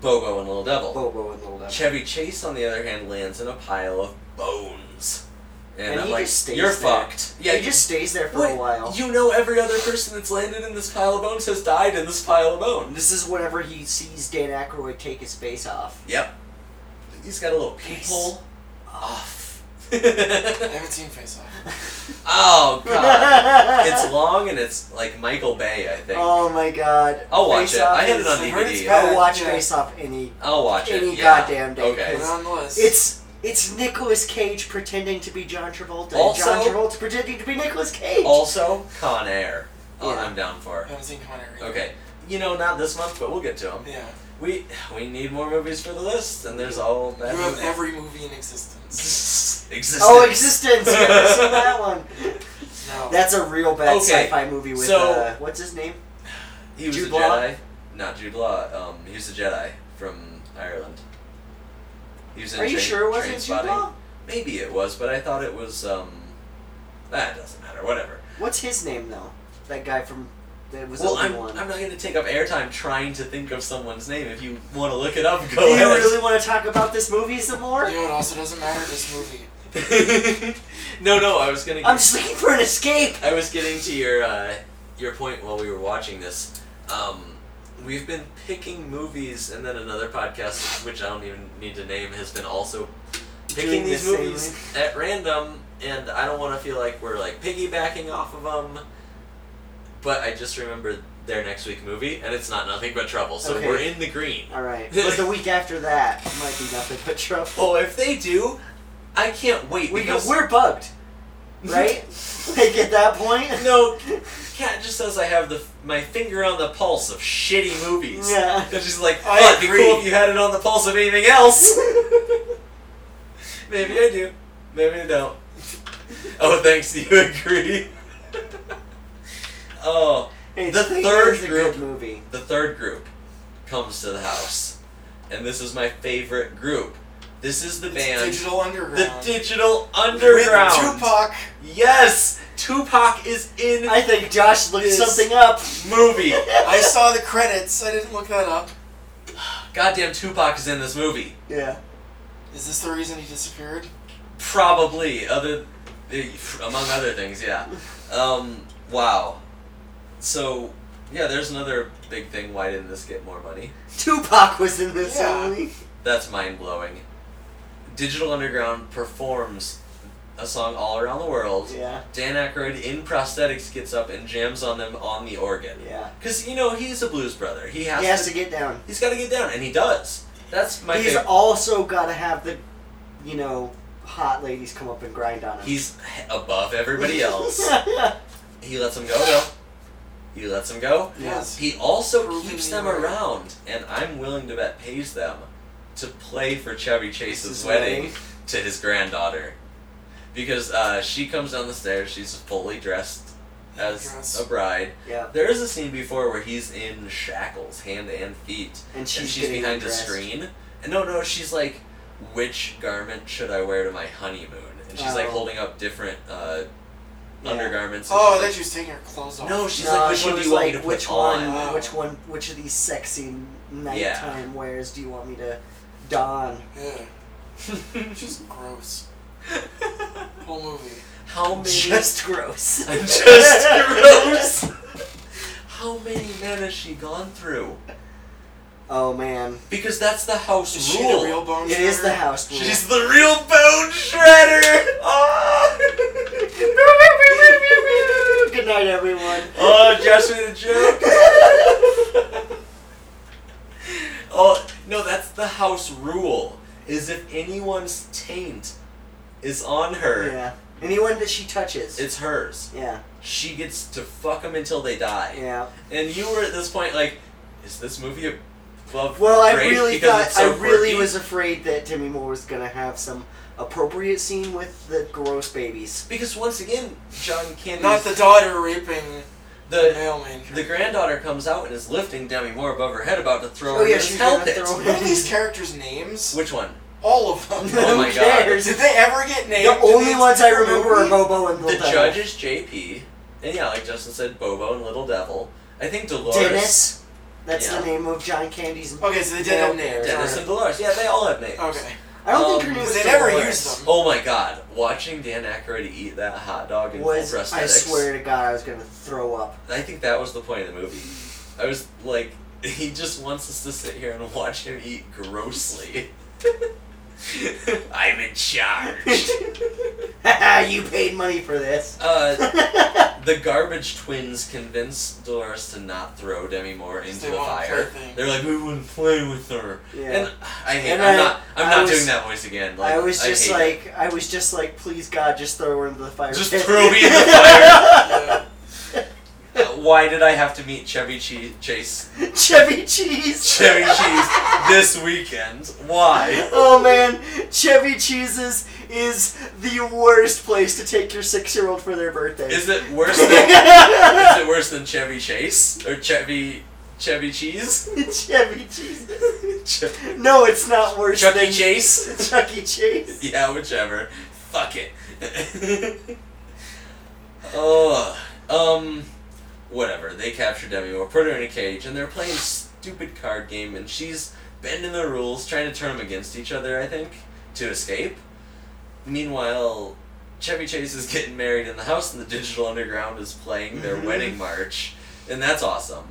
Speaker 1: Bobo and Little Devil.
Speaker 3: Bobo and Little Devil.
Speaker 1: Chevy Chase, on the other hand, lands in a pile of bones. And,
Speaker 3: and
Speaker 1: I'm
Speaker 3: he
Speaker 1: like,
Speaker 3: just stays
Speaker 1: you're
Speaker 3: there.
Speaker 1: fucked.
Speaker 3: Yeah, he
Speaker 1: you-
Speaker 3: just stays there for
Speaker 1: Wait,
Speaker 3: a while.
Speaker 1: You know every other person that's landed in this pile of bones has died in this pile of bones.
Speaker 3: This is whenever he sees Dan Aykroyd take his face off.
Speaker 1: Yep. He's got a little peephole off.
Speaker 2: I haven't seen Face Off.
Speaker 1: Oh god. it's long and it's like Michael Bay, I think.
Speaker 3: Oh my god.
Speaker 1: I'll watch
Speaker 3: Face
Speaker 1: it.
Speaker 3: Off
Speaker 1: I had it
Speaker 3: is-
Speaker 1: on
Speaker 2: I've heard it's
Speaker 1: DVD.
Speaker 2: bad.
Speaker 3: I'll watch
Speaker 2: Yeah.
Speaker 3: Face Off any.
Speaker 1: I'll watch it.
Speaker 3: Any
Speaker 1: yeah.
Speaker 3: goddamn day,
Speaker 2: Put
Speaker 1: Okay.
Speaker 2: it on the list.
Speaker 3: It's it's Nicolas Cage pretending to be John Travolta.
Speaker 1: Also-
Speaker 3: and John Travolta pretending to be Nicolas Cage.
Speaker 1: Also, Con Air. Oh,
Speaker 3: Yeah.
Speaker 1: I'm down for.
Speaker 2: I haven't seen Connor either.
Speaker 1: Okay. You know, not this month, but we'll get to them.
Speaker 2: Yeah.
Speaker 1: We we need more movies for the list, and there's all that.
Speaker 2: You have every movie in existence.
Speaker 1: existence.
Speaker 3: Oh, existence! You haven't seen that one.
Speaker 2: No.
Speaker 3: That's a real bad
Speaker 1: Okay,
Speaker 3: sci-fi movie with
Speaker 1: so-
Speaker 3: uh, what's his name?
Speaker 1: He was
Speaker 3: Jude
Speaker 1: a
Speaker 3: Law?
Speaker 1: Jedi. Not Jude Law. Um, he was a Jedi from Ireland. He was in
Speaker 3: Are you
Speaker 1: Train-
Speaker 3: sure it wasn't Jude
Speaker 1: Trainspotting.
Speaker 3: Law?
Speaker 1: Maybe it was, but I thought it was. um... That doesn't matter. Whatever.
Speaker 3: What's his name though? That guy from that was
Speaker 1: Well,
Speaker 3: Obi
Speaker 1: I'm,
Speaker 3: Wan.
Speaker 1: I'm not going to take up airtime trying to think of someone's name. If you want to look it up,
Speaker 3: Do
Speaker 1: go
Speaker 3: you
Speaker 1: ahead.
Speaker 3: really want to talk about this movie some more?
Speaker 2: You know, it also doesn't matter this movie.
Speaker 1: no, no, I was going
Speaker 3: I'm
Speaker 1: to.
Speaker 3: just looking for an escape.
Speaker 1: I was getting to your uh, your point while we were watching this. Um, we've been picking movies, and then another podcast, which I don't even need to name, has been also picking
Speaker 3: Doing the
Speaker 1: these
Speaker 3: same
Speaker 1: movies at random. And I don't want to feel like we're like piggybacking off of them. But I just remembered their next week movie, and it's not nothing but trouble. So
Speaker 3: Okay.
Speaker 1: we're in the green.
Speaker 3: All right, but the week after that might be nothing but trouble.
Speaker 1: Oh, if they do, I can't wait.
Speaker 3: We go,
Speaker 1: because
Speaker 3: we're bugged, right? like at that point.
Speaker 1: no. Kat just says I have the my finger on the pulse of shitty movies.
Speaker 3: Yeah.
Speaker 1: And she's like,
Speaker 2: I
Speaker 1: oh, it'd be
Speaker 2: agree.
Speaker 1: cool if you had it on the pulse of anything else. Maybe I do. Maybe I don't. Oh, thanks. You agree. oh,
Speaker 3: Hey,
Speaker 1: The
Speaker 3: Stranger
Speaker 1: third
Speaker 3: is a
Speaker 1: group-
Speaker 3: good movie.
Speaker 1: the third group comes to the house, and this is my favorite group. This is the
Speaker 2: It's
Speaker 1: band,
Speaker 2: Digital Underground.
Speaker 1: the Digital Underground.
Speaker 2: With Tupac.
Speaker 1: Yes, Tupac is in
Speaker 3: I think Josh looked
Speaker 1: This-
Speaker 3: something up.
Speaker 1: movie.
Speaker 2: I saw the credits. I didn't look that up.
Speaker 1: Goddamn, Tupac is in this movie.
Speaker 3: Yeah.
Speaker 2: Is this the reason he disappeared?
Speaker 1: Probably other, eh, among other things, yeah. Um, wow. So, yeah, there's another big thing. Why didn't this get more money?
Speaker 3: Tupac was in this
Speaker 2: Yeah.
Speaker 3: movie.
Speaker 1: That's mind blowing. Digital Underground performs a song all around the world.
Speaker 3: Yeah.
Speaker 1: Dan Aykroyd in prosthetics gets up and jams on them on the organ.
Speaker 3: Yeah.
Speaker 1: Cause you know he's a blues brother. He has,
Speaker 3: He has
Speaker 1: to,
Speaker 3: to get down.
Speaker 1: He's got to get down, and he does. That's my
Speaker 3: He's
Speaker 1: favorite.
Speaker 3: also got to have the, you know, hot ladies come up and grind on him.
Speaker 1: He's h- above everybody else. he lets them go though. He lets them go.
Speaker 2: Yes.
Speaker 1: He also
Speaker 2: Proven
Speaker 1: keeps
Speaker 2: me
Speaker 1: them
Speaker 2: right.
Speaker 1: around, and I'm willing to bet pays them to play for Chevy Chase's
Speaker 3: His
Speaker 1: wedding
Speaker 3: wedding.
Speaker 1: to his granddaughter. Because uh, she comes down the stairs, she's fully dressed as
Speaker 2: Dress.
Speaker 1: a bride.
Speaker 3: Yeah.
Speaker 1: There is a scene before where he's in shackles, hand and feet,
Speaker 3: And she's getting
Speaker 1: behind
Speaker 3: undressed.
Speaker 1: a screen. And no, no, she's like, which garment should I wear to my honeymoon? And she's like
Speaker 3: Oh.
Speaker 1: holding up different uh,
Speaker 3: Yeah.
Speaker 1: undergarments. and
Speaker 2: Oh, I
Speaker 1: she's
Speaker 2: thought
Speaker 1: like-
Speaker 2: she was taking her clothes off.
Speaker 1: No, she's
Speaker 3: No,
Speaker 1: like, which
Speaker 3: she
Speaker 1: one do
Speaker 3: was
Speaker 1: you want
Speaker 3: like,
Speaker 1: me to put
Speaker 3: which
Speaker 1: on?
Speaker 3: one,
Speaker 2: on?
Speaker 3: which one, which of these sexy nighttime wares do you want me to don?
Speaker 2: Yeah. she's gross. Whole movie.
Speaker 1: How many?
Speaker 3: Just gross.
Speaker 1: I'm just gross. How many men has she gone through?
Speaker 3: Oh man,
Speaker 1: Because that's the house
Speaker 2: Is
Speaker 1: rule.
Speaker 2: she the real bone
Speaker 3: it is the
Speaker 2: shredder?
Speaker 3: house rule.
Speaker 1: She's the real bone shredder. Ah. Oh.
Speaker 3: Good night, everyone.
Speaker 1: oh, Josh made a joke. oh no, that's the house rule. Is if anyone's taint is on her,
Speaker 3: Yeah. Anyone that she touches.
Speaker 1: it's hers.
Speaker 3: yeah.
Speaker 1: She gets to fuck them until they die.
Speaker 3: Yeah.
Speaker 1: And you were at this point like, is this movie above
Speaker 3: Well, I
Speaker 1: grade
Speaker 3: really
Speaker 1: because
Speaker 3: thought
Speaker 1: it's so
Speaker 3: I really
Speaker 1: quirky?
Speaker 3: was afraid that Demi Moore was gonna have some appropriate scene with the gross babies.
Speaker 1: because once again, John Candy,
Speaker 2: Not the daughter raping the
Speaker 1: the
Speaker 2: mailman.
Speaker 1: the granddaughter comes out and is lifting Demi Moore above her head, about to throw
Speaker 3: Oh,
Speaker 1: her
Speaker 3: yeah,
Speaker 1: in
Speaker 3: she's
Speaker 1: this hell
Speaker 3: gonna
Speaker 1: pit.
Speaker 3: throw her-
Speaker 2: What are these characters' names?
Speaker 1: Which one?
Speaker 2: All of them.
Speaker 1: Oh my
Speaker 3: Who
Speaker 1: God.
Speaker 3: cares?
Speaker 2: Did they ever get named?
Speaker 3: The
Speaker 2: in
Speaker 3: only
Speaker 2: the
Speaker 3: ones I
Speaker 2: entire
Speaker 3: remember are
Speaker 2: movie?
Speaker 3: Bobo and
Speaker 1: The
Speaker 3: Little
Speaker 1: judge is JP, and yeah, like Justin said, Bobo and Little Devil. I think Dolores,
Speaker 3: Dennis. That's
Speaker 1: Yeah.
Speaker 3: the name of John Candy's.
Speaker 2: Okay, so they did have
Speaker 3: male
Speaker 2: names.
Speaker 1: Dennis
Speaker 3: daughter.
Speaker 1: and Dolores. Yeah, they all have names.
Speaker 2: Okay.
Speaker 3: I don't think her
Speaker 1: Um,
Speaker 3: name
Speaker 2: Because
Speaker 3: was
Speaker 2: they never
Speaker 3: Dolores.
Speaker 2: used them.
Speaker 1: Oh my God! Watching Dan Aykroyd eat that hot dog in
Speaker 3: Was
Speaker 1: full
Speaker 3: I
Speaker 1: prosthetics.
Speaker 3: swear to God, I was gonna throw up.
Speaker 1: I think that was the point of the movie. I was like, he just wants us to sit here and watch him eat grossly. I'm in charge.
Speaker 3: you paid money for this.
Speaker 1: Uh, the garbage twins convince Dolores to not throw Demi Moore
Speaker 2: Because
Speaker 1: into
Speaker 2: they
Speaker 1: the
Speaker 2: want to play
Speaker 1: fire.
Speaker 2: things.
Speaker 1: They're like, we wouldn't play with her.
Speaker 3: Yeah.
Speaker 1: And I hate.
Speaker 3: And
Speaker 1: I'm
Speaker 3: I-
Speaker 1: not. I'm
Speaker 3: I
Speaker 1: not
Speaker 3: was-
Speaker 1: doing that voice again. Like,
Speaker 3: I was just
Speaker 1: hate
Speaker 3: like, I was just like, please God, just throw her into the fire.
Speaker 1: it. just
Speaker 3: pit."
Speaker 1: throw me in the fire.
Speaker 2: Yeah.
Speaker 1: Uh, Why did I have to meet Chevy che- Chase?
Speaker 3: Chevy Cheese.
Speaker 1: Chevy Cheese this weekend? Why?
Speaker 3: Oh man, Chevy Cheese's is the worst place to take your six-year-old for their birthday.
Speaker 1: Is it worse than is it worse than Chevy Chase or Chevy Chevy Cheese?
Speaker 3: Chevy Cheese?
Speaker 1: Ch-
Speaker 3: No, it's not worse
Speaker 1: Chuck
Speaker 3: than
Speaker 1: E. Chase?
Speaker 3: Chuck E. Cheese.
Speaker 1: Yeah, whichever. Fuck it. oh, um, whatever. They capture Demi Moore, put her in a cage, and they're playing stupid card game, and she's bending the rules, trying to turn them against each other. I think to escape. Meanwhile, Chevy Chase is getting married, and the house in the digital underground is playing their wedding march, and that's awesome.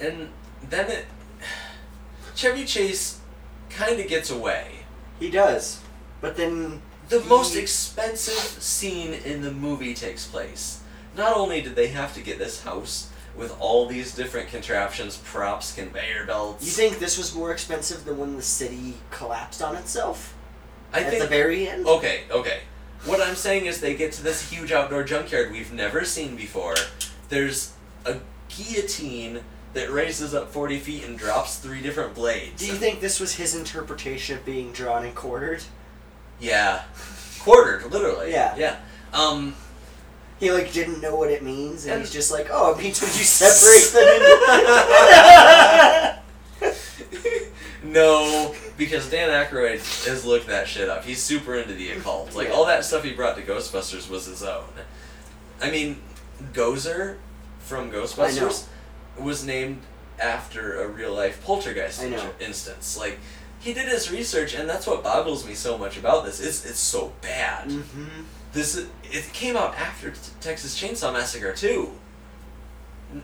Speaker 1: And then it, Chevy Chase kind of gets away.
Speaker 3: He does, but then
Speaker 1: The
Speaker 3: He-
Speaker 1: most expensive scene in the movie takes place. Not only did they have to get this house with all these different contraptions, props, conveyor belts.
Speaker 3: you think this was more expensive than when the city collapsed on itself
Speaker 1: I
Speaker 3: at
Speaker 1: think. Oh.
Speaker 3: the very end.
Speaker 1: okay, okay. What I'm saying is they get to this huge outdoor junkyard we've never seen before. There's a guillotine that raises up 40 feet and drops three different blades.
Speaker 3: Do you think this was his interpretation of being drawn and quartered?
Speaker 1: Yeah. Quartered, literally.
Speaker 3: Yeah.
Speaker 1: Yeah. Um,
Speaker 3: He like didn't know what it means, and,
Speaker 1: And-
Speaker 3: he's just like, "Oh, it means when you separate them."
Speaker 1: No, because Dan Aykroyd has looked that shit up. He's super into the occult. Like
Speaker 3: Yeah.
Speaker 1: all that stuff he brought to Ghostbusters was his own. I mean, Gozer from Ghostbusters was named after a real life poltergeist
Speaker 3: I know.
Speaker 1: inter- instance. Like he did his research, and that's what boggles me so much about this. It's it's so bad.
Speaker 3: In. hmm
Speaker 1: This is, it came out after T- Texas Chainsaw Massacre two.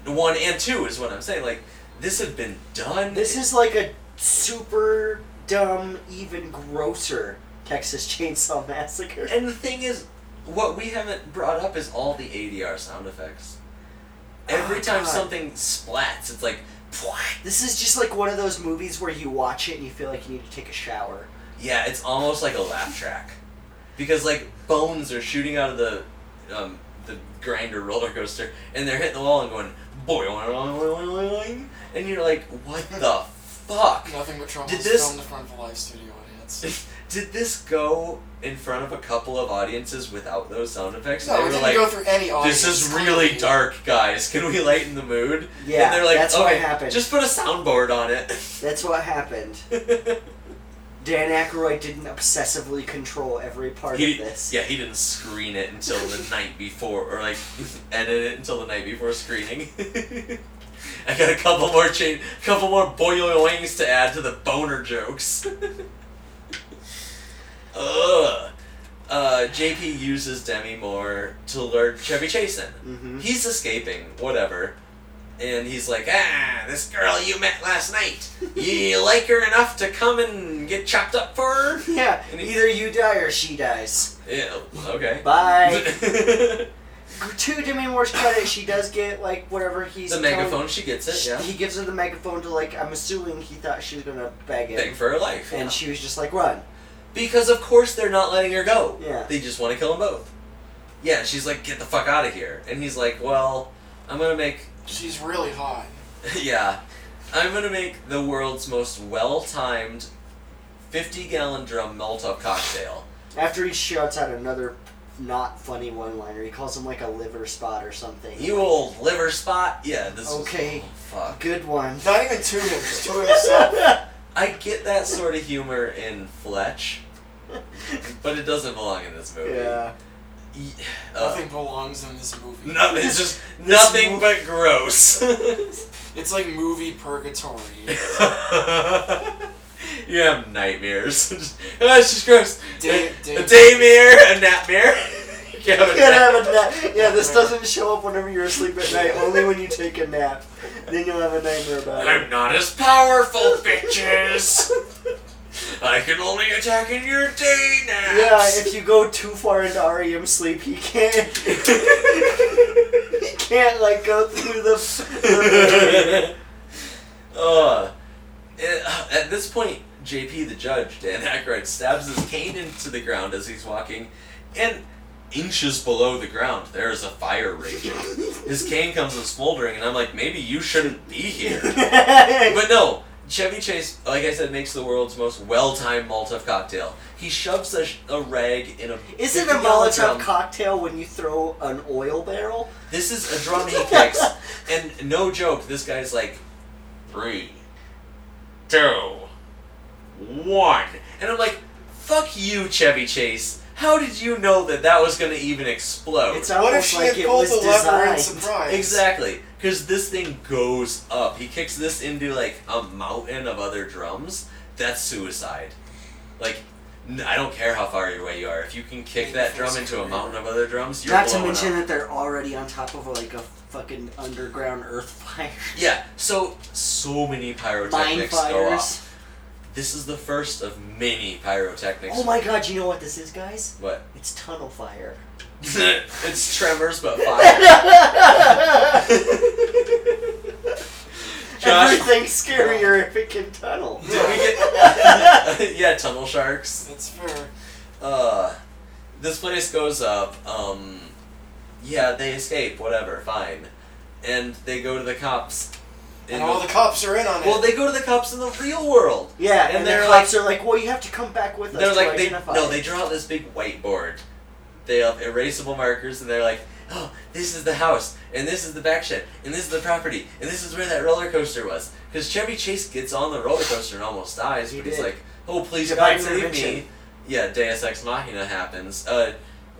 Speaker 1: N- One and two is what I'm saying. Like this had been done.
Speaker 3: This is like a super dumb, even grosser Texas Chainsaw Massacre.
Speaker 1: And the thing is, what we haven't brought up is all the ADR sound effects. Every
Speaker 3: Oh,
Speaker 1: time
Speaker 3: God.
Speaker 1: something splats, it's like, "Pwah."
Speaker 3: This is just like one of those movies where you watch it and you feel like you need to take a shower.
Speaker 1: yeah, it's almost like a laugh track, because like bones are shooting out of the, um, the grinder roller coaster, and they're hitting the wall and going boing, boing, boing, boing, boing, boing, and you're like, what the fuck?
Speaker 2: Nothing but trouble
Speaker 1: Did
Speaker 2: is
Speaker 1: this-
Speaker 2: filmed in front of a live studio audience.
Speaker 1: Did this go in front of a couple of audiences without those sound effects?
Speaker 2: No,
Speaker 1: they
Speaker 2: it
Speaker 1: were
Speaker 2: didn't
Speaker 1: like,
Speaker 2: go through any audience.
Speaker 1: this is really
Speaker 2: clearly.
Speaker 1: dark, guys. Can we lighten the mood?
Speaker 3: Yeah,
Speaker 1: and they're like,
Speaker 3: that's
Speaker 1: okay,
Speaker 3: what happened.
Speaker 1: Just put a soundboard on it.
Speaker 3: That's what happened. Dan Aykroyd didn't obsessively control every part
Speaker 1: He-
Speaker 3: of this.
Speaker 1: yeah, he didn't screen it until the night before, or like edit it until the night before screening. I got a couple more chain, couple more boilings to add to the boner jokes. Ugh. Uh, JP uses Demi Moore to lure Chevy Chase in.
Speaker 3: Mhm.
Speaker 1: He's escaping, whatever. And he's like, ah, this girl you met last night. You like her enough to come and get chopped up for her?
Speaker 3: Yeah,
Speaker 1: And he-
Speaker 3: either you die or she dies.
Speaker 1: Yeah, okay.
Speaker 3: Bye.
Speaker 1: the
Speaker 3: to Demi Moore's credit, she does get like whatever he's telling-
Speaker 1: megaphone, she gets it,
Speaker 3: She-
Speaker 1: yeah.
Speaker 3: He gives her the megaphone to like. I'm assuming he thought she was gonna beg him,
Speaker 1: Thing for her life.
Speaker 3: and
Speaker 1: yeah.
Speaker 3: she was just like, "Run."
Speaker 1: because of course they're not letting her go.
Speaker 3: Yeah.
Speaker 1: They just want to kill them both. Yeah, and she's like, get the fuck out of here. And he's like, well, I'm gonna make,
Speaker 2: She's really hot.
Speaker 1: yeah, I'm gonna make the world's most well-timed 50-gallon drum Molotov cocktail.
Speaker 3: After he shouts out another not funny one-liner, he calls him like a liver spot or something.
Speaker 1: You old liver spot. Yeah, this was-
Speaker 3: Okay.
Speaker 1: oh, fuck.
Speaker 3: good one.
Speaker 2: Not even to him, just to himself.
Speaker 1: Uh, I get that sort of humor in Fletch, but it doesn't belong in this movie.
Speaker 3: yeah.
Speaker 1: Y- uh,
Speaker 2: Nothing belongs in this movie.
Speaker 1: No, it's just nothing but gross.
Speaker 2: It's like movie purgatory.
Speaker 1: you have nightmares. Just- oh, it's just gross.
Speaker 2: Day-
Speaker 1: a,
Speaker 2: day-
Speaker 1: a daymare, a napmare. you can have a
Speaker 3: You can't
Speaker 1: nap-
Speaker 3: have a nap. Yeah, this doesn't show up whenever you're asleep at night. Only when you take a nap, then you'll have a nightmare about it.
Speaker 1: I'm not as powerful, bitches. I can only attack in your day naps.
Speaker 3: Yeah, if you go too far into REM sleep, he can't.
Speaker 1: Uh,
Speaker 3: he can't like go through the.
Speaker 1: uh, it- uh, at this point, JP the judge, Dan Aykroyd, stabs his cane into the ground as he's walking, and inches below the ground, there is a fire raging. his cane comes in smoldering, and I'm like, maybe you shouldn't be here. But no, Chevy Chase, like I said, makes the world's most well-timed Molotov cocktail. He shoves a, sh- a rag in a.
Speaker 3: Is it a
Speaker 1: 50-gallon
Speaker 3: Molotov
Speaker 1: drum.
Speaker 3: cocktail when you throw an oil barrel?
Speaker 1: This is a drum he kicks, and no joke, this guy's like, three, two, one. And I'm like, fuck you, Chevy Chase. How did you know that that was going to even explode?
Speaker 3: It's
Speaker 2: what if
Speaker 3: almost
Speaker 2: she
Speaker 3: like
Speaker 2: had
Speaker 3: it
Speaker 2: pulled
Speaker 3: was
Speaker 2: the lever in
Speaker 3: designed.
Speaker 2: surprise?
Speaker 1: exactly. Because this thing goes up. He kicks this into like a mountain of other drums. That's suicide. Like, n- I don't care how far away you are. If you can kick that drum into a mountain of other drums, you're
Speaker 3: Not to
Speaker 1: blowing
Speaker 3: mention
Speaker 1: up.
Speaker 3: that they're already on top of like a fucking underground earth fire.
Speaker 1: Yeah, so so many
Speaker 3: Mine
Speaker 1: pyrotechnics go
Speaker 3: fires.
Speaker 1: off. This is the first of many pyrotechnics.
Speaker 3: Oh my god, you know what this is, guys?
Speaker 1: What?
Speaker 3: It's tunnel fire.
Speaker 1: it's tremors but fire. Josh,
Speaker 3: Everything's scarier if it can tunnel.
Speaker 1: did we get? yeah, tunnel sharks.
Speaker 2: That's fair.
Speaker 1: Uh, this place goes up. Um, yeah, they escape. Whatever, fine. And they go to the cops. in
Speaker 2: And all the cops are in on it.
Speaker 1: well, they go to the cops in the real world.
Speaker 3: Yeah,
Speaker 1: And
Speaker 3: and,
Speaker 1: they're
Speaker 3: the cops are like, well, you have to come back with us
Speaker 1: They're
Speaker 3: to
Speaker 1: like they
Speaker 3: identify.
Speaker 1: no, they draw out this big whiteboard. They have erasable markers, and they're like, "Oh, this is the house, and this is the back shed, and this is the property, and this is where that roller coaster was." Because Chevy Chase gets on the roller coaster and almost dies,
Speaker 3: He
Speaker 1: but he's
Speaker 3: did.
Speaker 1: like, "Oh, please
Speaker 3: Divine
Speaker 1: God, save me!"
Speaker 3: intervention.
Speaker 1: Yeah, Deus Ex Machina happens. Uh,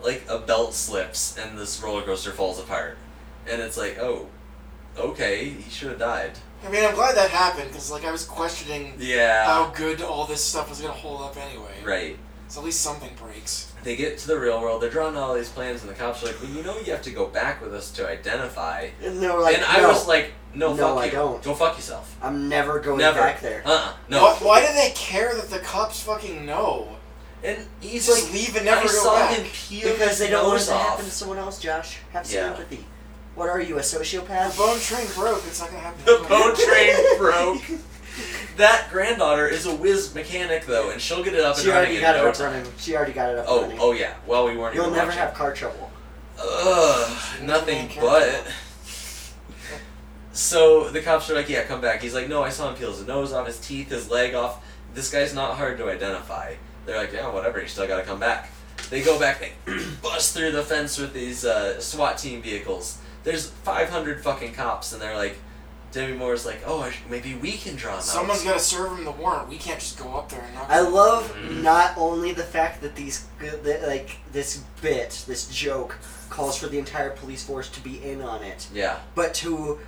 Speaker 1: like a belt slips, and this roller coaster falls apart, and it's like, "Oh, okay, he should have died."
Speaker 2: I mean, I'm glad that happened because, like, I was questioning
Speaker 1: Yeah,
Speaker 2: how good all this stuff was gonna hold up anyway.
Speaker 1: right.
Speaker 2: So at least something breaks.
Speaker 1: they get to the real world, they're drawing all these plans, and the cops are like, well, you know you have to go back with us to identify.
Speaker 3: And they were like,
Speaker 1: and I
Speaker 3: no,
Speaker 1: was like, no,
Speaker 3: No,
Speaker 1: fuck
Speaker 3: I
Speaker 1: you.
Speaker 3: don't."
Speaker 1: Go fuck yourself.
Speaker 3: I'm never going
Speaker 1: Never.
Speaker 3: back there.
Speaker 1: Uh-uh. No.
Speaker 2: Why, why do they care that the cops fucking know?
Speaker 1: And he's
Speaker 2: Just
Speaker 1: like,
Speaker 2: leave and never
Speaker 1: I
Speaker 2: go
Speaker 1: saw
Speaker 2: back.
Speaker 1: him peel
Speaker 3: Because
Speaker 1: his
Speaker 3: they don't want it
Speaker 1: nose
Speaker 3: to
Speaker 1: off.
Speaker 3: happen to someone else, Josh. Have some
Speaker 1: Yeah.
Speaker 3: empathy. What are you, a
Speaker 2: The
Speaker 3: sociopath?
Speaker 2: bone train broke. It's not gonna happen.
Speaker 1: The
Speaker 2: anyway.
Speaker 1: boat train broke. That granddaughter is a whiz mechanic, though, and she'll get it up
Speaker 3: She
Speaker 1: and running
Speaker 3: already
Speaker 1: in
Speaker 3: got it
Speaker 1: no
Speaker 3: up
Speaker 1: time.
Speaker 3: running. She already got it up
Speaker 1: Oh,
Speaker 3: running.
Speaker 1: oh yeah. Well, we weren't
Speaker 3: You'll
Speaker 1: even
Speaker 3: never
Speaker 1: watching.
Speaker 3: have car trouble.
Speaker 1: Ugh, nothing but. So the cops are like, "Yeah, come back." He's like, "No, I saw him peel his nose off, his teeth, his leg off. This guy's not hard to identify." They're like, "Yeah, whatever. You still got to come back." They go back. They bust through the fence with these uh, SWAT team vehicles. There's 500 fucking cops, and they're like, Demi Moore's like, "Oh, I sh- maybe we can draw them out."
Speaker 2: Someone's got to serve him the warrant. We can't just go up there and knock.
Speaker 3: I love not only the fact that these that, like this bit, this joke calls for the entire police force to be in on it,
Speaker 1: Yeah.
Speaker 3: but to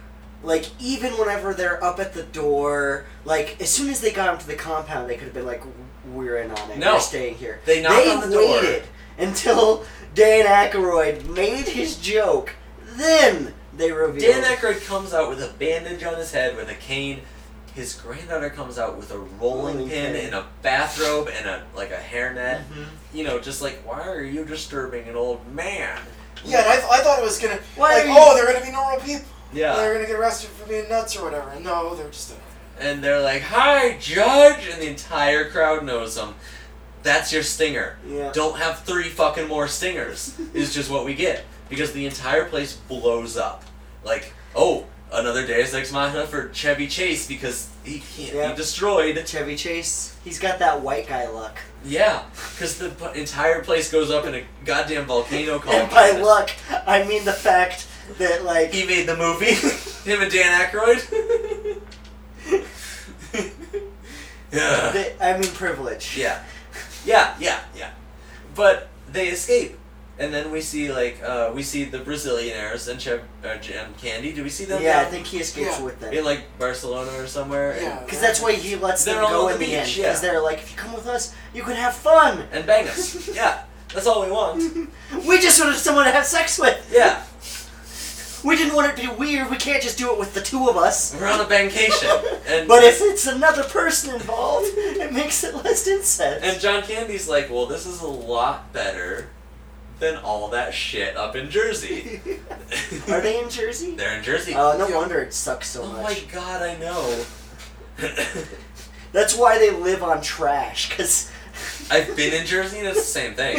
Speaker 3: like even whenever they're up at the door, like as soon as they got into the compound, they could have been like, "We're in on it.
Speaker 1: No.
Speaker 3: We're staying here."
Speaker 1: They knocked
Speaker 3: They
Speaker 1: on the door.
Speaker 3: waited until Dan Aykroyd made his joke, then they revealed.
Speaker 1: Dan Aykroyd comes out with a bandage on his head with a cane. His granddaughter comes out with a rolling
Speaker 3: Rolling
Speaker 1: pin
Speaker 3: pin.
Speaker 1: and a bathrobe and a like a hairnet.
Speaker 3: Mhm.
Speaker 1: You know, just like why are you disturbing an old man?
Speaker 2: Yeah, and I, I thought it was gonna
Speaker 3: Why
Speaker 2: like,
Speaker 3: are you-
Speaker 2: oh, they're gonna be normal people. They're
Speaker 1: Yeah.
Speaker 2: gonna get arrested for being nuts or whatever. And no, they're just. A,
Speaker 1: And they're like, "Hi, Judge," and the entire crowd knows him. That's your stinger.
Speaker 3: Yeah.
Speaker 1: Don't have three fucking more stingers. is just what we get because the entire place blows up. Like, oh, another Deus Ex Machina for Chevy Chase because he can't
Speaker 3: Yeah.
Speaker 1: be destroyed.
Speaker 3: Chevy Chase. He's got that white guy look.
Speaker 1: Yeah, because the p- entire place goes up in a goddamn volcano called.
Speaker 3: And by luck, I mean the fact that like
Speaker 1: he made the movie. Him and Dan Aykroyd. yeah.
Speaker 3: that, I mean privilege.
Speaker 1: Yeah. Yeah. Yeah. Yeah. But they escape, and then we see like uh, we see the Brazilianaires and Chev uh, Jam Candy. Do we see them?
Speaker 3: Yeah, I
Speaker 1: down
Speaker 3: think he escapes
Speaker 2: Yeah.
Speaker 3: with
Speaker 1: in
Speaker 3: them.
Speaker 1: like Barcelona or somewhere. and-
Speaker 2: yeah.
Speaker 3: Because that's why he lets them
Speaker 1: They're all
Speaker 3: go
Speaker 1: on
Speaker 3: in
Speaker 1: the
Speaker 3: the, end.
Speaker 1: beach,
Speaker 3: Because
Speaker 1: yeah.
Speaker 3: they're like, if you come with us, you can have fun.
Speaker 1: And, bang us. yeah. That's all we want.
Speaker 3: We just wanted someone to have sex with.
Speaker 1: Yeah.
Speaker 3: We didn't want it to be weird. We can't just do it with the two of us.
Speaker 1: We're on a bancation. And
Speaker 3: But if it's another person involved, it makes it less incest.
Speaker 1: And John Candy's like, well, this is a lot better than all that shit up in Jersey.
Speaker 3: Are they in Jersey?
Speaker 1: They're in Jersey.
Speaker 3: Oh, no
Speaker 2: Yeah.
Speaker 3: wonder it sucks so
Speaker 1: oh
Speaker 3: much.
Speaker 1: my god, I know.
Speaker 3: That's why they live on trash. Because
Speaker 1: I've been in Jersey and it's the same thing.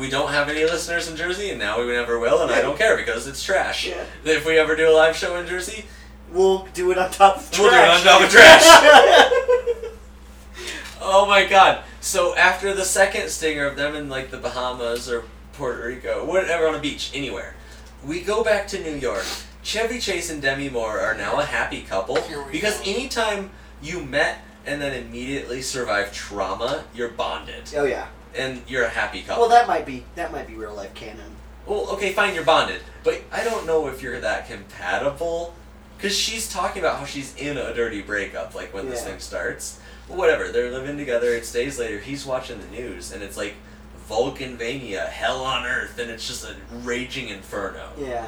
Speaker 1: We don't have any listeners in Jersey and now we never will and I don't care because it's trash.
Speaker 3: Yeah.
Speaker 1: If we ever do a live show in Jersey,
Speaker 3: we'll do it on top of trash.
Speaker 1: we'll do it on top of trash. oh my god. So after the second stinger of them in like the Bahamas or Puerto Rico, whatever on a beach, anywhere, we go back to New York. Chevy Chase and Demi Moore are now a happy couple
Speaker 2: Here we
Speaker 1: because
Speaker 2: go.
Speaker 1: anytime you met and then immediately survive trauma, you're bonded
Speaker 3: oh yeah.
Speaker 1: and you're a happy couple.
Speaker 3: Well, that might be that might be real life canon.
Speaker 1: Well, okay, fine, you're bonded, but I don't know if you're that compatible. Because she's talking about how she's in a dirty breakup, like when this
Speaker 3: Yeah.
Speaker 1: thing starts. But whatever, they're living together, it's days later, he's watching the news, and it's like Vulcanvania, hell on earth, and it's just a raging inferno.
Speaker 3: Yeah.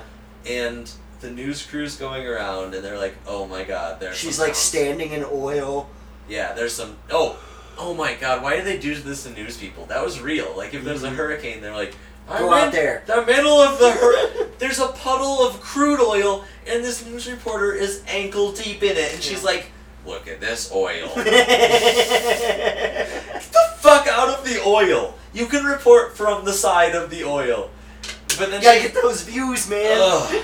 Speaker 1: And the news crew's going around, and they're like, oh my god, there's
Speaker 3: She's
Speaker 1: some
Speaker 3: like
Speaker 1: towns-
Speaker 3: standing in oil.
Speaker 1: yeah, there's some. Oh, oh my God! Why do they do this to news people? That was real. Like if there's a hurricane, they're like, I'm
Speaker 3: Mm-hmm. Go out
Speaker 1: in
Speaker 3: there."
Speaker 1: The middle of the hur- there's a puddle of crude oil, and this news reporter is ankle deep in it, and she's like, Look at this oil. Get
Speaker 3: yeah.
Speaker 1: the fuck out of the oil. You can report from the side of the oil, but then
Speaker 3: Gotta
Speaker 1: she
Speaker 3: get those views, man.
Speaker 1: Ugh.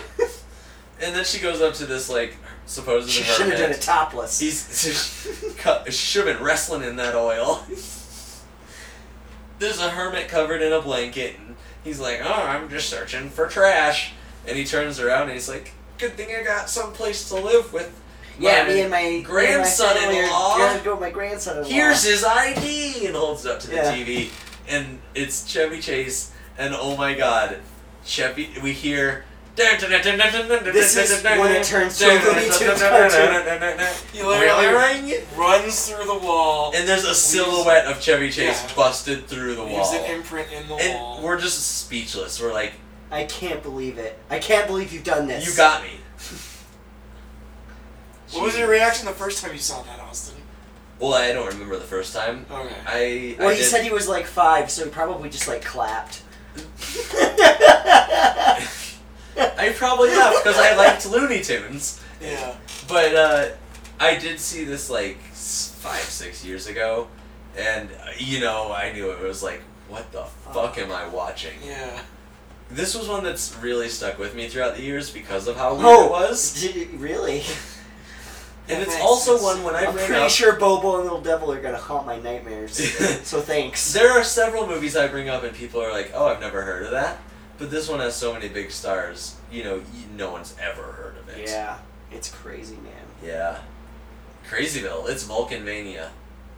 Speaker 1: and then she goes up to this like supposed
Speaker 3: She should
Speaker 1: hermit.
Speaker 3: have done it topless.
Speaker 1: He's should have been wrestling in that oil. There's a hermit covered in a blanket, and he's like, "Oh, I'm just searching for trash." And he turns around and he's like, "Good thing I got someplace to live with."
Speaker 3: yeah, me and my
Speaker 1: grandson-in-law.
Speaker 3: Yeah, go with my grandson-in-law.
Speaker 1: Here's his ID, and holds it up to the
Speaker 3: Yeah.
Speaker 1: TV, and it's Chevy Chase, and oh my God, Chevy. We hear. This
Speaker 3: is when it turns to a Looney Tunes cartoon.
Speaker 2: He literally-
Speaker 1: Wailing?
Speaker 2: runs through the wall.
Speaker 1: And there's a silhouette of Chevy Chase
Speaker 2: Yeah.
Speaker 1: busted through the
Speaker 2: leaves
Speaker 1: wall.
Speaker 2: an imprint in the
Speaker 1: And
Speaker 2: wall.
Speaker 1: we're just speechless. We're like,
Speaker 3: I can't believe it. I can't believe you've done this.
Speaker 1: you got me.
Speaker 2: what was your reaction the first time you saw that, Austin?
Speaker 1: Well, I don't remember the first time.
Speaker 2: Okay.
Speaker 1: I.
Speaker 3: Well,
Speaker 1: I
Speaker 3: he
Speaker 1: did-
Speaker 3: said he was like five, so he probably just like clapped.
Speaker 1: I probably left because I liked Looney Tunes.
Speaker 2: Yeah.
Speaker 1: But uh, I did see this like s- five, six years ago, and uh, you know, I knew it was like, what the fuck am I watching?
Speaker 2: Yeah.
Speaker 1: This was one that's really stuck with me throughout the years because of how weird
Speaker 3: Oh.
Speaker 1: it was.
Speaker 3: D- really?
Speaker 1: And it's
Speaker 2: Thanks.
Speaker 1: also one when I
Speaker 3: I'm
Speaker 1: bring
Speaker 3: pretty
Speaker 1: up.
Speaker 3: sure Bobo and Little Devil are gonna haunt my nightmares. so thanks.
Speaker 1: There are several movies I bring up and people are like, "Oh, I've never heard of that," but this one has so many big stars. You know, y- no one's ever heard of it.
Speaker 3: Yeah, it's crazy, man.
Speaker 1: Yeah. Crazyville. It's Vulcanvania.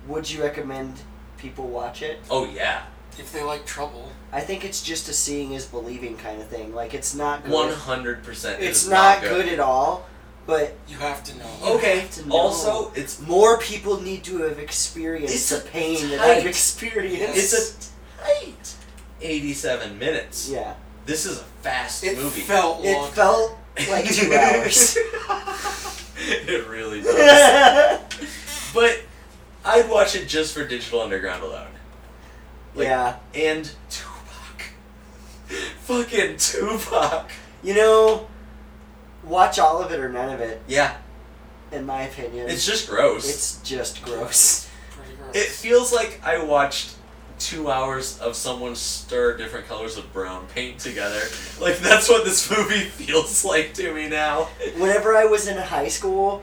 Speaker 3: Would you recommend people watch it?
Speaker 1: Oh yeah.
Speaker 2: If they like trouble,
Speaker 3: I think it's just a seeing is believing kind of thing. Like it's not good.
Speaker 1: One hundred percent.
Speaker 3: It's not good at all, but
Speaker 2: you have to know.
Speaker 1: Okay.
Speaker 3: have to know.
Speaker 1: Also, it's
Speaker 3: more people need to have experienced
Speaker 1: It's
Speaker 3: the
Speaker 1: a
Speaker 3: pain that
Speaker 1: tight-
Speaker 3: I've experienced.
Speaker 1: it's a tight eighty-seven minutes.
Speaker 3: yeah.
Speaker 1: This is a fast
Speaker 2: It
Speaker 1: movie.
Speaker 2: felt
Speaker 3: It
Speaker 2: long.
Speaker 3: felt like two hours.
Speaker 1: it really does. but I'd watch it just for Digital Underground alone. Like,
Speaker 3: yeah.
Speaker 1: And Tupac. Fucking Tupac.
Speaker 3: You know, watch all of it or none of it.
Speaker 1: Yeah.
Speaker 3: In my opinion,
Speaker 1: It's just gross.
Speaker 3: It's just gross.
Speaker 2: pretty gross.
Speaker 1: It feels like I watched two hours of someone stir different colors of brown paint together. Like that's what this movie feels like to me now.
Speaker 3: Whenever I was in high school,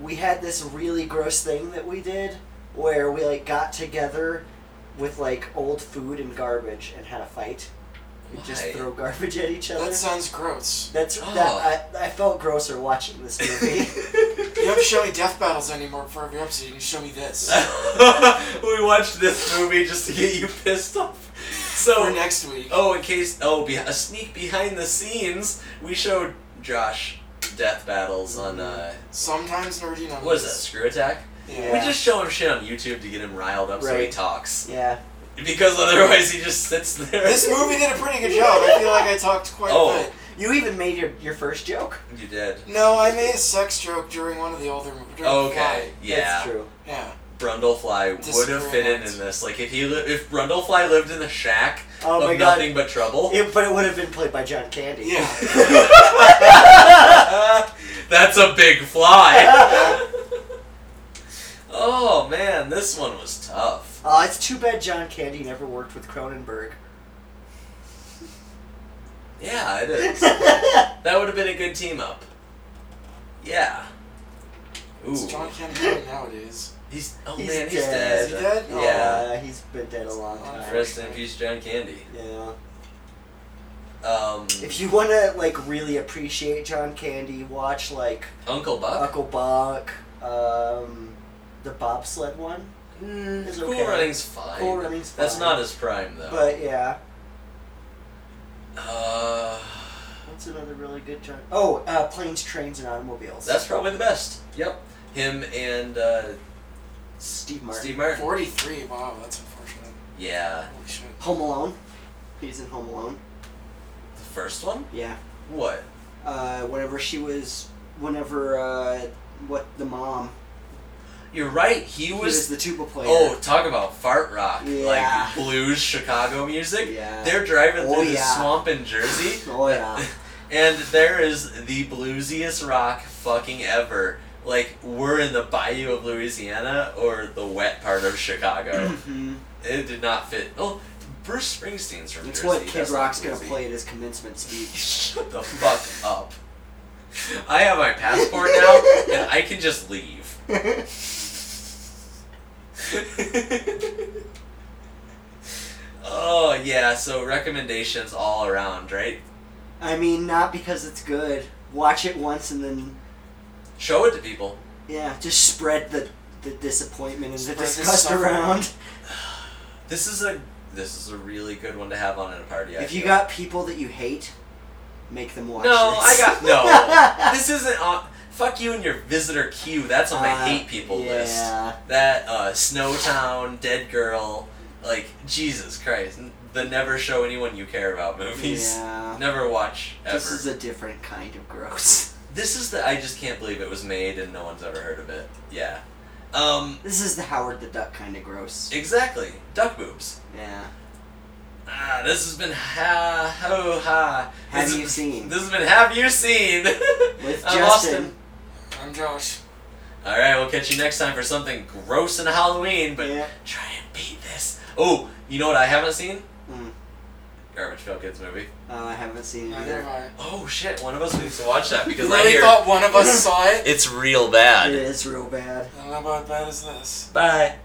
Speaker 3: we had this really gross thing that we did where we like got together with like old food and garbage and had a fight. We just
Speaker 1: Why?
Speaker 3: throw garbage at each other.
Speaker 2: that sounds gross.
Speaker 3: That's that. I, I felt grosser watching this movie.
Speaker 2: You don't show me death battles anymore for every episode. You can show me this
Speaker 1: we watched this movie just to get you pissed off.
Speaker 2: for
Speaker 1: So
Speaker 2: next week.
Speaker 1: oh, in case oh, be, a sneak behind the scenes, we showed Josh death battles on uh,
Speaker 2: Sometimes nerdy numbers.
Speaker 1: what is that? Screw Attack.
Speaker 2: Yeah.
Speaker 1: We
Speaker 3: Yeah.
Speaker 1: just show him shit on YouTube to get him riled up so he
Speaker 3: Right.
Speaker 1: talks
Speaker 3: yeah.
Speaker 1: because otherwise he just sits there.
Speaker 2: This movie did a pretty good job. I feel like I talked quite
Speaker 1: Oh.
Speaker 2: a bit.
Speaker 3: You even made your, your first joke.
Speaker 1: you did.
Speaker 2: No, I made a sex joke during one of the older movies.
Speaker 1: Okay, yeah.
Speaker 3: That's true.
Speaker 2: Yeah.
Speaker 1: Brundlefly would have fit in in
Speaker 2: Disappoint.
Speaker 1: this. Like if he li- if Brundlefly lived in the shack
Speaker 3: Oh
Speaker 1: of
Speaker 3: my God.
Speaker 1: nothing but trouble,
Speaker 3: It, but it would have been played by John Candy.
Speaker 2: Yeah.
Speaker 1: uh, that's a big fly. oh man, this one was tough.
Speaker 3: Aw, it's too bad John Candy never worked with Cronenberg.
Speaker 1: Yeah, it is. that would have been a good team up. Yeah. Ooh,
Speaker 2: It's John Candy nowadays.
Speaker 1: he's oh
Speaker 3: He's
Speaker 1: man, he's
Speaker 3: dead.
Speaker 1: dead.
Speaker 2: Is he dead?
Speaker 1: Yeah.
Speaker 3: Aw, he's been dead Oh. a long time.
Speaker 1: Rest in peace, John Candy.
Speaker 3: Yeah.
Speaker 1: Um,
Speaker 3: If you want to like really appreciate John Candy, watch like
Speaker 1: Uncle Buck.
Speaker 3: Uncle Buck, um, the bobsled one.
Speaker 1: Mm,
Speaker 3: It's
Speaker 1: cool
Speaker 3: okay.
Speaker 1: Running's fine.
Speaker 3: Cool Running's
Speaker 1: That's
Speaker 3: fine.
Speaker 1: not his prime though.
Speaker 3: But yeah,
Speaker 1: Uh,
Speaker 3: that's another really good John. Oh, uh, planes, trains, and automobiles.
Speaker 1: that's probably the best. Yep. Him and uh,
Speaker 3: Steve Martin.
Speaker 1: Steve Martin.
Speaker 2: 43. Wow, that's unfortunate.
Speaker 1: Yeah.
Speaker 2: Holy shit.
Speaker 3: Home Alone. He's in Home Alone.
Speaker 1: The first one?
Speaker 3: Yeah.
Speaker 1: What?
Speaker 3: Uh, whenever she was, whenever uh, what the mom
Speaker 1: You're right. He
Speaker 3: he
Speaker 1: was.
Speaker 3: was the tuba player.
Speaker 1: Oh, talk about fart rock.
Speaker 3: Yeah.
Speaker 1: Like blues Chicago music.
Speaker 3: Yeah.
Speaker 1: They're driving
Speaker 3: Oh,
Speaker 1: through the
Speaker 3: yeah.
Speaker 1: swamp in Jersey.
Speaker 3: Oh yeah.
Speaker 1: And there is the bluesiest rock fucking ever. Like, we're in the bayou of Louisiana or the wet part of Chicago.
Speaker 3: Mm-hmm.
Speaker 1: it did not fit. Oh, Bruce Springsteen's from
Speaker 3: That's
Speaker 1: Jersey.
Speaker 3: what Kid
Speaker 1: that's not
Speaker 3: Rock's gonna
Speaker 1: bluesy.
Speaker 3: play at his commencement speech.
Speaker 1: Shut the fuck up. I have my passport now, and I can just leave. oh, yeah, so recommendations all around, right?
Speaker 3: I mean, not because it's good. Watch it once and then,
Speaker 1: Show it to people.
Speaker 3: yeah, just spread the, the disappointment and
Speaker 2: Spread
Speaker 3: the
Speaker 2: the
Speaker 3: disgust
Speaker 2: suffering.
Speaker 3: around.
Speaker 1: This is a this is a really good one to have on at a party. I
Speaker 3: If you
Speaker 1: feel.
Speaker 3: got people that you hate, make them watch
Speaker 1: no, I
Speaker 3: this.
Speaker 1: got no. this isn't on. Fuck you and your visitor queue. That's on my
Speaker 3: Uh,
Speaker 1: hate people list.
Speaker 3: yeah.
Speaker 1: That uh, Snowtown, Dead Girl, like Jesus Christ, n- the never show anyone you care about movies.
Speaker 3: Yeah.
Speaker 1: Never watch ever.
Speaker 3: This is a different kind of gross.
Speaker 1: This is the I just can't believe it was made and no one's ever heard of it. Yeah. Um.
Speaker 3: This is the Howard the Duck kind of gross.
Speaker 1: Exactly. Duck boobs.
Speaker 3: Yeah.
Speaker 1: Ah, this has been ha ho ha.
Speaker 3: Have
Speaker 1: This
Speaker 3: you
Speaker 1: has-
Speaker 3: seen?
Speaker 1: This has been have you seen?
Speaker 3: With
Speaker 1: I'm
Speaker 3: Justin.
Speaker 1: Austin.
Speaker 2: I'm Josh.
Speaker 1: All right, we'll catch you next time for something gross and Halloween, but
Speaker 3: Yeah.
Speaker 1: try and beat this. Oh, you know what I haven't seen?
Speaker 3: Mm.
Speaker 1: Garbage Pail Kids movie?
Speaker 3: Uh, I haven't seen it
Speaker 2: Neither
Speaker 3: either.
Speaker 2: have
Speaker 1: Oh shit! One of us needs to watch that
Speaker 2: I.
Speaker 1: because I
Speaker 2: Really
Speaker 1: hear
Speaker 2: thought one of us saw it.
Speaker 1: it's real bad.
Speaker 3: It is real bad.
Speaker 2: I don't know about as bad as this.
Speaker 1: Bye.